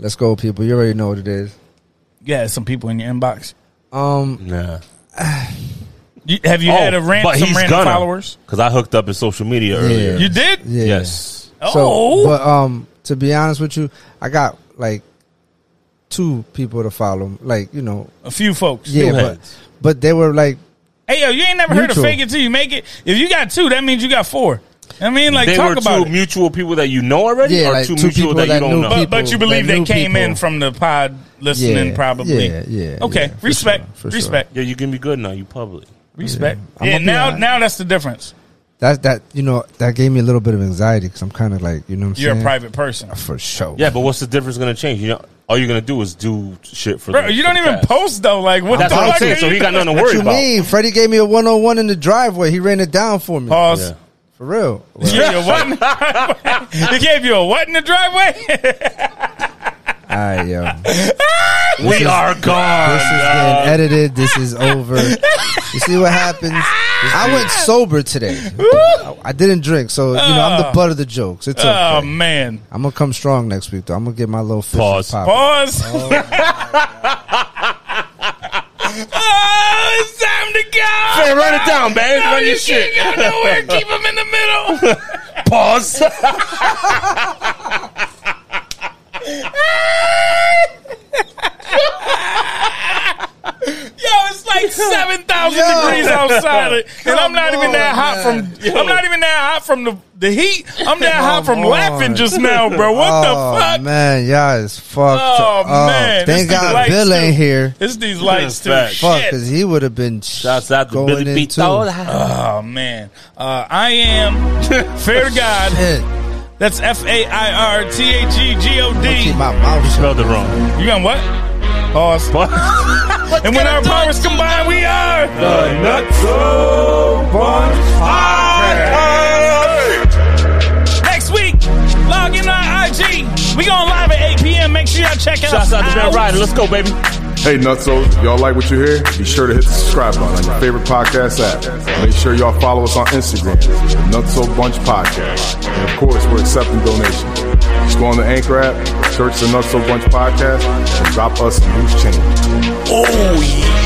S2: Let's go, people. You already know what it is.
S1: Yeah, some people in your inbox.
S2: Um,
S3: Nah.
S1: You, have
S3: Oh,
S1: you had a rant? Some random followers.
S3: Because I hooked up in social media earlier.
S1: You did?
S2: yeah.
S3: Yes.
S2: So,
S1: oh,
S2: but um, to be honest with you, I got like two people to follow. Like you know,
S1: a few folks.
S2: yeah, but
S3: heads.
S2: but they were like,
S1: Hey yo, you ain't never heard of
S2: Mutual.
S1: fake it till you make it. If you got two, that means you got four. I mean, like
S3: they were
S1: talk
S3: two
S1: about it.
S3: mutual people that you know already,
S2: Yeah,
S3: or
S2: like
S3: two,
S2: two
S3: mutual
S2: people
S3: that you
S2: that
S3: don't
S2: knew
S3: know.
S1: But
S2: people,
S1: but you believe
S2: that
S1: they
S2: new
S1: came in
S2: people.
S1: from the pod listening,
S2: Yeah,
S1: probably.
S2: yeah, yeah,
S1: Okay,
S2: yeah, for
S1: respect,
S2: sure, for sure.
S1: respect,
S3: yeah, you can be good now. You public.
S1: respect.
S2: I'ma
S1: Yeah,
S2: be
S1: now
S2: alright.
S1: now that's the difference.
S2: that that you know that gave me a little bit of anxiety because I'm kind of like you know what I'm
S1: You're
S2: saying
S1: a private person,
S2: for sure.
S3: Yeah, but what's the difference going to change? You know, all you're going to do is do shit for.
S1: bro.
S3: the-
S1: You
S3: for
S1: don't
S3: the
S1: even
S3: cast.
S1: post though. Like what
S3: That's
S1: the
S3: what I'm
S1: fuck
S3: saying.
S1: are
S3: So
S1: you
S3: he got
S1: doing?
S3: nothing to
S2: What
S3: worry
S2: you
S3: about.
S2: mean? Freddie gave me a one on one in the driveway. He ran it down for me.
S1: Pause.
S3: Yeah.
S1: [laughs]
S2: For real.
S1: He gave you a what in the driveway? He gave you a what in the driveway? [laughs]
S2: [laughs] All right, yo. This
S3: We are gone.
S2: is
S1: Oh,
S2: getting edited. This is over. You see what happens?
S1: [laughs]
S2: I went sober today. I didn't drink, so you know I'm the butt of the jokes. It's
S1: oh
S2: okay.
S1: man,
S2: I'm gonna come strong next week, though. I'm gonna get my little fish
S3: Pause.
S2: pop.
S1: pause. Oh, [laughs] Oh, it's time to go.
S3: Hey, run it down, man.
S1: No,
S3: run
S1: you
S3: your shit.
S1: can't go nowhere.
S2: [laughs]
S1: Keep them in the middle.
S3: Pause.
S1: [laughs] Yo, it's
S2: [laughs]
S1: like seven thousand
S2: Yo.
S1: degrees outside, and I'm not
S2: Come
S1: even that
S2: on,
S1: hot
S2: man.
S1: from. I'm not even that hot from the the heat. I'm that hot from
S2: on.
S1: laughing just now, bro. What
S2: Oh
S1: the fuck?
S2: man, y'all is fucked.
S1: Oh,
S2: up.
S1: man,
S2: thank
S1: this is
S2: God
S1: lights,
S2: Bill
S1: too.
S2: ain't here.
S1: It's these lights too.
S3: Facts.
S2: Fuck,
S1: Shit.
S2: because he would have been
S3: Shouts out to
S2: going
S3: Billy
S2: in
S3: Pete
S2: too.
S3: Thola.
S1: Oh man, uh, I
S2: [laughs]
S1: am fair God.
S2: Shit.
S1: That's F A I R T H E G O D.
S2: Keep my mouth shut.
S3: Spelled it wrong.
S1: You got what? Pause.
S3: Pause.
S1: And when our powers combine, we are the Nutso Bunch Next week, log in on IG. We going live at 8 p.m. Make sure y'all check us
S3: Shouts out to Ben
S1: out.
S3: Ryder. Let's go, baby.
S5: Hey, Nutsos, y'all like what you hear? Be sure to hit the subscribe button on your favorite podcast app. Make sure y'all follow us on Instagram, the Nutso Bunch Podcast. And of course, we're accepting donations. Just go on the Anchor app, search the Nutso Bunch Podcast, and drop us a loose change.
S3: Oh, yeah.